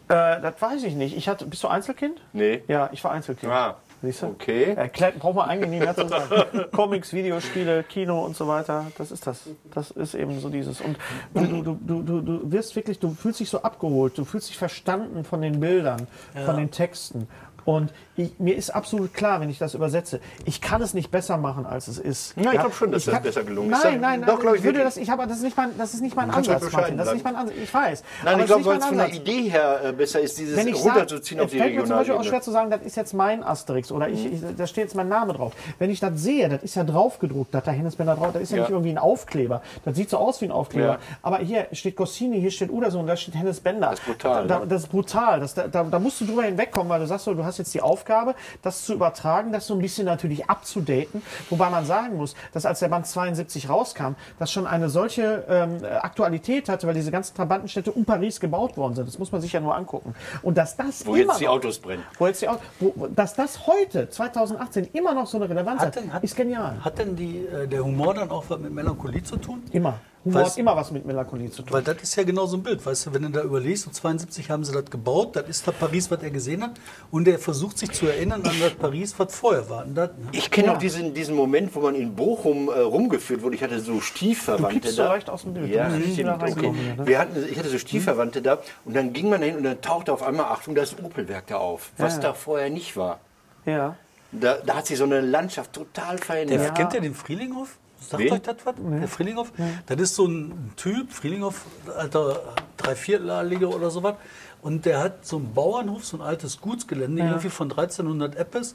Speaker 4: Äh, das weiß ich nicht. Ich hatte, bist du Einzelkind?
Speaker 1: Nee.
Speaker 4: Ja, ich war Einzelkind.
Speaker 1: Ah,
Speaker 4: Siehst du?
Speaker 1: okay.
Speaker 4: Erklärt, braucht man eigentlich nicht mehr zu sagen. Comics, Videospiele, Kino und so weiter, das ist das. Das ist eben so dieses. Und du, du, du, du, du wirst wirklich, du fühlst dich so abgeholt, du fühlst dich verstanden von den Bildern, von den Texten. Und ich, mir ist absolut klar, wenn ich das übersetze, ich kann es nicht besser machen, als es ist.
Speaker 1: Ja, ich glaub schon, dass das besser gelungen
Speaker 4: nein,
Speaker 1: ist.
Speaker 4: Nein, nein,
Speaker 1: Doch, glaub
Speaker 4: ich
Speaker 1: ich
Speaker 4: würde
Speaker 1: wirklich.
Speaker 4: das, ich habe, das ist nicht mein, das ist nicht mein
Speaker 1: kannst halt
Speaker 4: Ansatz, Martin.
Speaker 1: bescheiden
Speaker 4: Das ist nicht mein Ansatz. Ich weiß.
Speaker 1: Nein,
Speaker 4: aber
Speaker 1: ich
Speaker 4: das ist
Speaker 1: glaube, weil es
Speaker 4: nicht
Speaker 1: von
Speaker 4: mein
Speaker 1: der
Speaker 4: Ansatz.
Speaker 1: Idee her äh, besser ist, dieses
Speaker 4: Wenn ich
Speaker 1: runterzuziehen
Speaker 4: sag,
Speaker 1: auf die
Speaker 4: es fällt mir zum Beispiel auch
Speaker 1: Regionalebene. Mhm.
Speaker 4: schwer zu sagen, das ist jetzt mein Asterix oder ich, ich, da steht jetzt mein Name drauf. Wenn ich das sehe, das ist ja draufgedruckt, das da hinten ist mir da drauf, das ist ja,
Speaker 1: Ja.
Speaker 4: nicht irgendwie ein Aufkleber. Das sieht so aus wie ein Aufkleber.
Speaker 1: Ja.
Speaker 4: Aber hier steht Goscinny, hier steht Udersohn, da steht Hennes Bender. Das
Speaker 1: ist brutal,
Speaker 4: Da,
Speaker 1: ne?
Speaker 4: das ist brutal. Das, da, da, da musst du drüber hinwegkommen, weil du sagst so, du hast hast jetzt die Aufgabe, das zu übertragen, das so ein bisschen natürlich abzudaten. Wobei man sagen muss, dass als der Band 72 rauskam, das schon eine solche ähm, Aktualität hatte, weil diese ganzen Trabantenstädte um Paris gebaut worden sind. Das muss man sich ja nur angucken. Und dass das
Speaker 1: Wo
Speaker 4: immer
Speaker 1: jetzt die
Speaker 4: noch-
Speaker 1: Autos brennen.
Speaker 4: wo jetzt die Autos, wo, wo- dass das heute, 2018, immer noch so eine Relevanz hat,
Speaker 3: Hat denn, hat,
Speaker 4: ist genial.
Speaker 3: Hat denn die, äh, der Humor dann auch was mit Melancholie zu tun?
Speaker 4: Immer. Humor
Speaker 3: Weißt-
Speaker 4: hat immer was mit Melancholie zu tun.
Speaker 3: Weil das ist ja genau so ein Bild, weißt du, wenn du da überlegst, so 72 haben sie das gebaut, das ist das Paris, was er gesehen hat, und er versucht sich zu erinnern an das Paris, was vorher war. Und das, ne?
Speaker 1: Ich kenne auch diesen, diesen Moment, wo man in Bochum äh, rumgeführt wurde. Ich hatte so Stiefverwandte
Speaker 4: Du kippst so
Speaker 1: da.
Speaker 4: leicht aus dem Bild.
Speaker 1: Ja,
Speaker 4: Du musst wieder
Speaker 1: stimmt. Okay.
Speaker 4: reinkommen hier, ne?
Speaker 1: Wir hatten, ich hatte so Stiefverwandte da und dann ging man dahin und dann tauchte auf einmal, Achtung, das Opelwerk da auf, was
Speaker 4: Ja.
Speaker 1: da vorher nicht war.
Speaker 4: Ja.
Speaker 1: Da, da hat sich so eine Landschaft total
Speaker 3: der,
Speaker 1: verändert.
Speaker 3: Kennt ihr den Frielinghof? Sagt
Speaker 1: Wen?
Speaker 3: euch das was? Der Frielinghoff? Das ist so ein Typ, Frielinghoff, alter Dreiviertelalliger oder sowas. Und der hat so einen Bauernhof, so ein altes Gutsgelände, irgendwie von 1300 Eppes,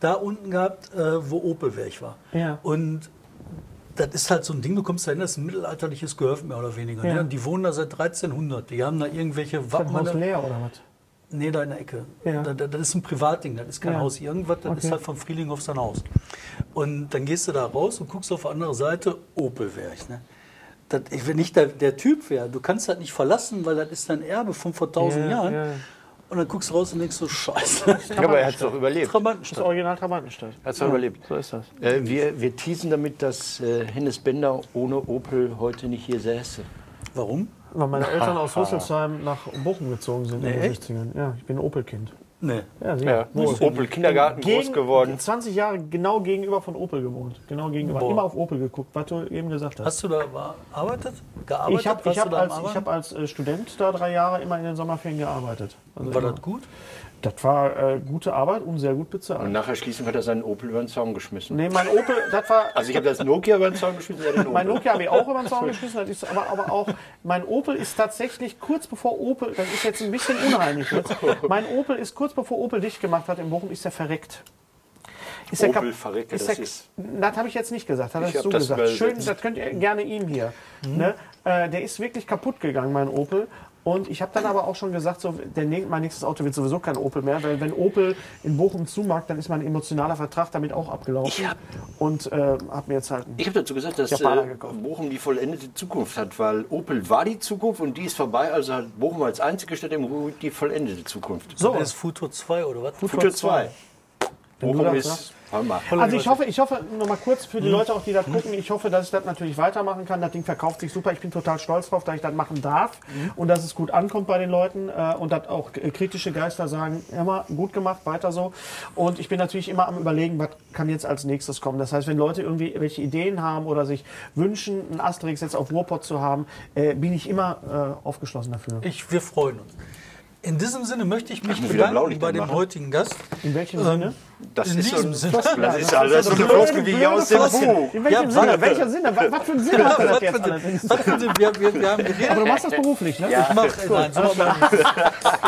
Speaker 3: da unten gehabt, äh, wo Opelwerk war.
Speaker 4: Ja.
Speaker 3: Und das ist halt so ein Ding, du kommst da hin, das ist ein mittelalterliches Gehöft mehr oder weniger. Ne? Und die wohnen da seit 1300. Die haben da irgendwelche
Speaker 4: Ist das Haus
Speaker 3: Wappen.
Speaker 4: leer oder was?
Speaker 3: Nee, da in der Ecke.
Speaker 4: Ja.
Speaker 3: Da, da, das ist ein Privatding, das ist kein
Speaker 4: Ja.
Speaker 3: Haus. Irgendwas, das ist halt vom Frühling auf sein Haus. Und dann gehst du da raus und guckst auf der anderen Seite, Opel wäre ich. Ne? Das, ich- wenn ich der, der Typ wäre, du kannst das nicht verlassen, weil das ist dein Erbe von vor tausend
Speaker 4: Ja,
Speaker 3: Jahren.
Speaker 4: ja.
Speaker 3: Und dann guckst du raus und denkst so, scheiße.
Speaker 1: aber er hat es doch überlebt.
Speaker 4: Das
Speaker 3: Trabantenstadt.
Speaker 4: Original Trabantenstadt.
Speaker 1: Hat's doch überlebt.
Speaker 4: So ist das.
Speaker 1: Äh, wir, wir teasen damit, dass äh, Hennes Bender ohne Opel heute nicht hier säße.
Speaker 3: Warum?
Speaker 4: Weil meine Eltern aus Rüsselsheim nach Bochum gezogen sind in
Speaker 3: Nee,
Speaker 4: den
Speaker 3: echt?
Speaker 4: 60ern. Ja, ich bin Opel-Kind.
Speaker 3: Nee.
Speaker 4: Ja, sicher.
Speaker 1: Ja, Opel Kindergarten groß
Speaker 4: Gegen-
Speaker 1: geworden.
Speaker 4: 20 Jahre genau gegenüber von Opel gewohnt. Genau gegenüber.
Speaker 3: Boah.
Speaker 4: Immer auf Opel geguckt, was du eben gesagt hast.
Speaker 3: Hast du da gearbeitet? gearbeitet?
Speaker 4: Ich habe
Speaker 3: Warst
Speaker 4: ich
Speaker 3: du
Speaker 4: hab
Speaker 3: da am
Speaker 4: als, ich
Speaker 3: Arbeiten?
Speaker 4: hab als äh, Student da drei Jahre immer in den Sommerferien gearbeitet. Also
Speaker 3: War
Speaker 4: immer.
Speaker 3: das gut?
Speaker 4: Das war äh, gute Arbeit und sehr gut bezahlt.
Speaker 1: Und nach Erschließung hat er seinen Opel über den Zaun geschmissen.
Speaker 4: Nee, mein Opel, das war.
Speaker 1: Also ich habe das Nokia über den Zaun geschmissen, er den Opel.
Speaker 4: Mein Nokia habe ich auch über den Zaun geschmissen, das ist aber, aber auch, mein Opel ist tatsächlich kurz bevor Opel, das ist jetzt ein bisschen unheimlich jetzt, mein Opel ist kurz bevor Opel dicht gemacht hat in Bochum, ist er verreckt. Ist er
Speaker 1: Opel
Speaker 4: kap-
Speaker 1: verreckt,
Speaker 4: ist
Speaker 1: das
Speaker 4: er,
Speaker 1: ist-
Speaker 4: Das habe ich jetzt nicht gesagt, hat
Speaker 1: Ich
Speaker 4: er
Speaker 1: hab
Speaker 4: so
Speaker 1: das Mhm.
Speaker 4: gesagt.
Speaker 1: übersetzt.
Speaker 4: Schön, das könnt ihr gerne ihm hier. Ne? Äh, der ist wirklich kaputt gegangen, mein Opel. Und ich habe dann aber auch schon gesagt, so, der, nä- mein nächstes Auto wird sowieso kein Opel mehr, weil wenn Opel in Bochum zumacht, dann ist mein emotionaler Vertrag damit auch abgelaufen.
Speaker 1: Ich hab-
Speaker 4: und äh, habe mir jetzt halt einen
Speaker 1: Ich habe dazu gesagt, dass
Speaker 4: Japaner
Speaker 1: äh,
Speaker 4: gekauft.
Speaker 1: Bochum die vollendete Zukunft hat, weil Opel war die Zukunft und die ist vorbei. Also hat Bochum als einzige Stadt im Ruhrgebiet die vollendete Zukunft.
Speaker 3: So. Das ist Futur 2 oder was?
Speaker 1: Futur 2.
Speaker 4: du
Speaker 1: Bochum
Speaker 4: das
Speaker 1: ist
Speaker 4: sagst.
Speaker 1: Hammer.
Speaker 4: Also ich hoffe, ich hoffe noch mal kurz
Speaker 3: Mhm.
Speaker 4: für die Leute auch, die das gucken, ich hoffe, dass ich das natürlich weitermachen kann. Das Ding verkauft sich super. Ich bin total stolz drauf, dass ich das machen darf
Speaker 3: Mhm.
Speaker 4: und dass es gut ankommt bei den Leuten äh, und dass auch äh, kritische Geister sagen, immer gut gemacht, weiter so. Und ich bin natürlich immer am überlegen, was kann jetzt als nächstes kommen. Das heißt, wenn Leute irgendwie welche Ideen haben oder sich wünschen, einen Asterix jetzt auf Ruhrpott zu haben, äh, bin ich immer äh, aufgeschlossen dafür.
Speaker 3: Ich, wir freuen uns. In diesem Sinne möchte ich mich
Speaker 1: muss wieder
Speaker 3: bedanken
Speaker 1: Blaulicht
Speaker 3: bei dem
Speaker 1: anmachen.
Speaker 3: heutigen Gast.
Speaker 4: In welchem
Speaker 3: Ähm,
Speaker 4: Sinne?
Speaker 1: Das
Speaker 3: in
Speaker 1: ist so
Speaker 3: diesem
Speaker 1: ein,
Speaker 3: Sinne.
Speaker 1: das ist alles so eine Floskel wie hier aus dem
Speaker 3: Floskel.
Speaker 1: Buch.
Speaker 4: In welchem
Speaker 3: Ja,
Speaker 4: Sinne?
Speaker 3: warte.
Speaker 4: Welcher Sinne? Was, was für einen Sinn hat das
Speaker 3: Was
Speaker 4: jetzt?
Speaker 3: bitte?
Speaker 4: allerdings?
Speaker 3: Was bitte? Wir, wir, wir haben geredet.
Speaker 4: Aber du machst das beruflich, ne?
Speaker 3: Ich mache nein, so machen wir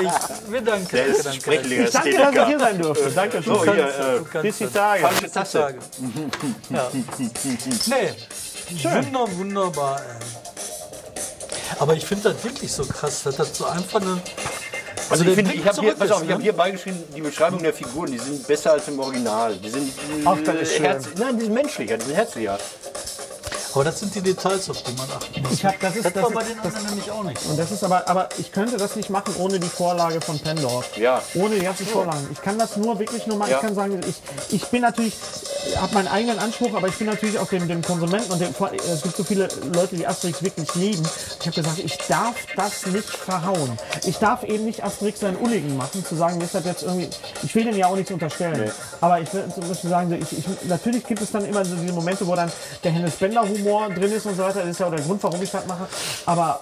Speaker 3: nicht. Ich, wir danken.
Speaker 1: Der
Speaker 3: wir
Speaker 1: ist ein
Speaker 3: danken,
Speaker 1: Sprechlinger
Speaker 4: Ich danke, dass ich hier
Speaker 1: Ästhetiker.
Speaker 4: sein durfte. Danke schön.
Speaker 1: So,
Speaker 3: danken.
Speaker 1: hier, äh,
Speaker 3: Du kannst
Speaker 4: Bis die
Speaker 3: das.
Speaker 4: Tage.
Speaker 1: falsche Tasse.
Speaker 3: Tage. Ja. Nee, Wunder, wunderbar. Ey. Aber ich finde das wirklich so krass, dass das so einfach eine...
Speaker 1: Also
Speaker 3: der
Speaker 1: ich finde,
Speaker 3: Blick
Speaker 1: ich habe hier,
Speaker 3: zurück
Speaker 1: pass auf,
Speaker 3: ist,
Speaker 1: ich habe
Speaker 3: ne?
Speaker 1: hier beigeschrieben, die Beschreibung der Figuren, die sind besser als im Original. Die sind äh,
Speaker 4: Ach, das ist schön.
Speaker 1: herz- Nein, die sind menschlicher, die sind herzlicher.
Speaker 3: Aber das sind die Details, auf die man achten muss.
Speaker 4: Ich hab, das, ist,
Speaker 3: Das
Speaker 4: das,
Speaker 3: war bei
Speaker 4: ist,
Speaker 3: den anderen nämlich auch nicht.
Speaker 4: das ist aber, aber ich könnte das nicht machen ohne die Vorlage von Pendorf.
Speaker 1: Ja. Hm.
Speaker 4: Ohne die ganzen Vorlagen. Ich kann das nur wirklich nur mal,
Speaker 1: Ja.
Speaker 4: ich kann sagen, ich, ich bin natürlich, habe meinen eigenen Anspruch, aber ich bin natürlich auch dem, dem Konsumenten und dem, Vor- es gibt so viele Leute, die Asterix wirklich lieben. Ich habe gesagt, ich darf das nicht verhauen. Ich darf eben nicht Asterix seinen Ulligen machen, zu sagen, ist das jetzt irgendwie, ich will dem ja auch nichts unterstellen. Aber ich will zum Beispiel sagen, so, ich, ich, natürlich gibt es dann immer so diese Momente, wo dann der Hennes Bender Humor drin ist und so weiter. Das ist ja auch der Grund, warum ich das mache. Aber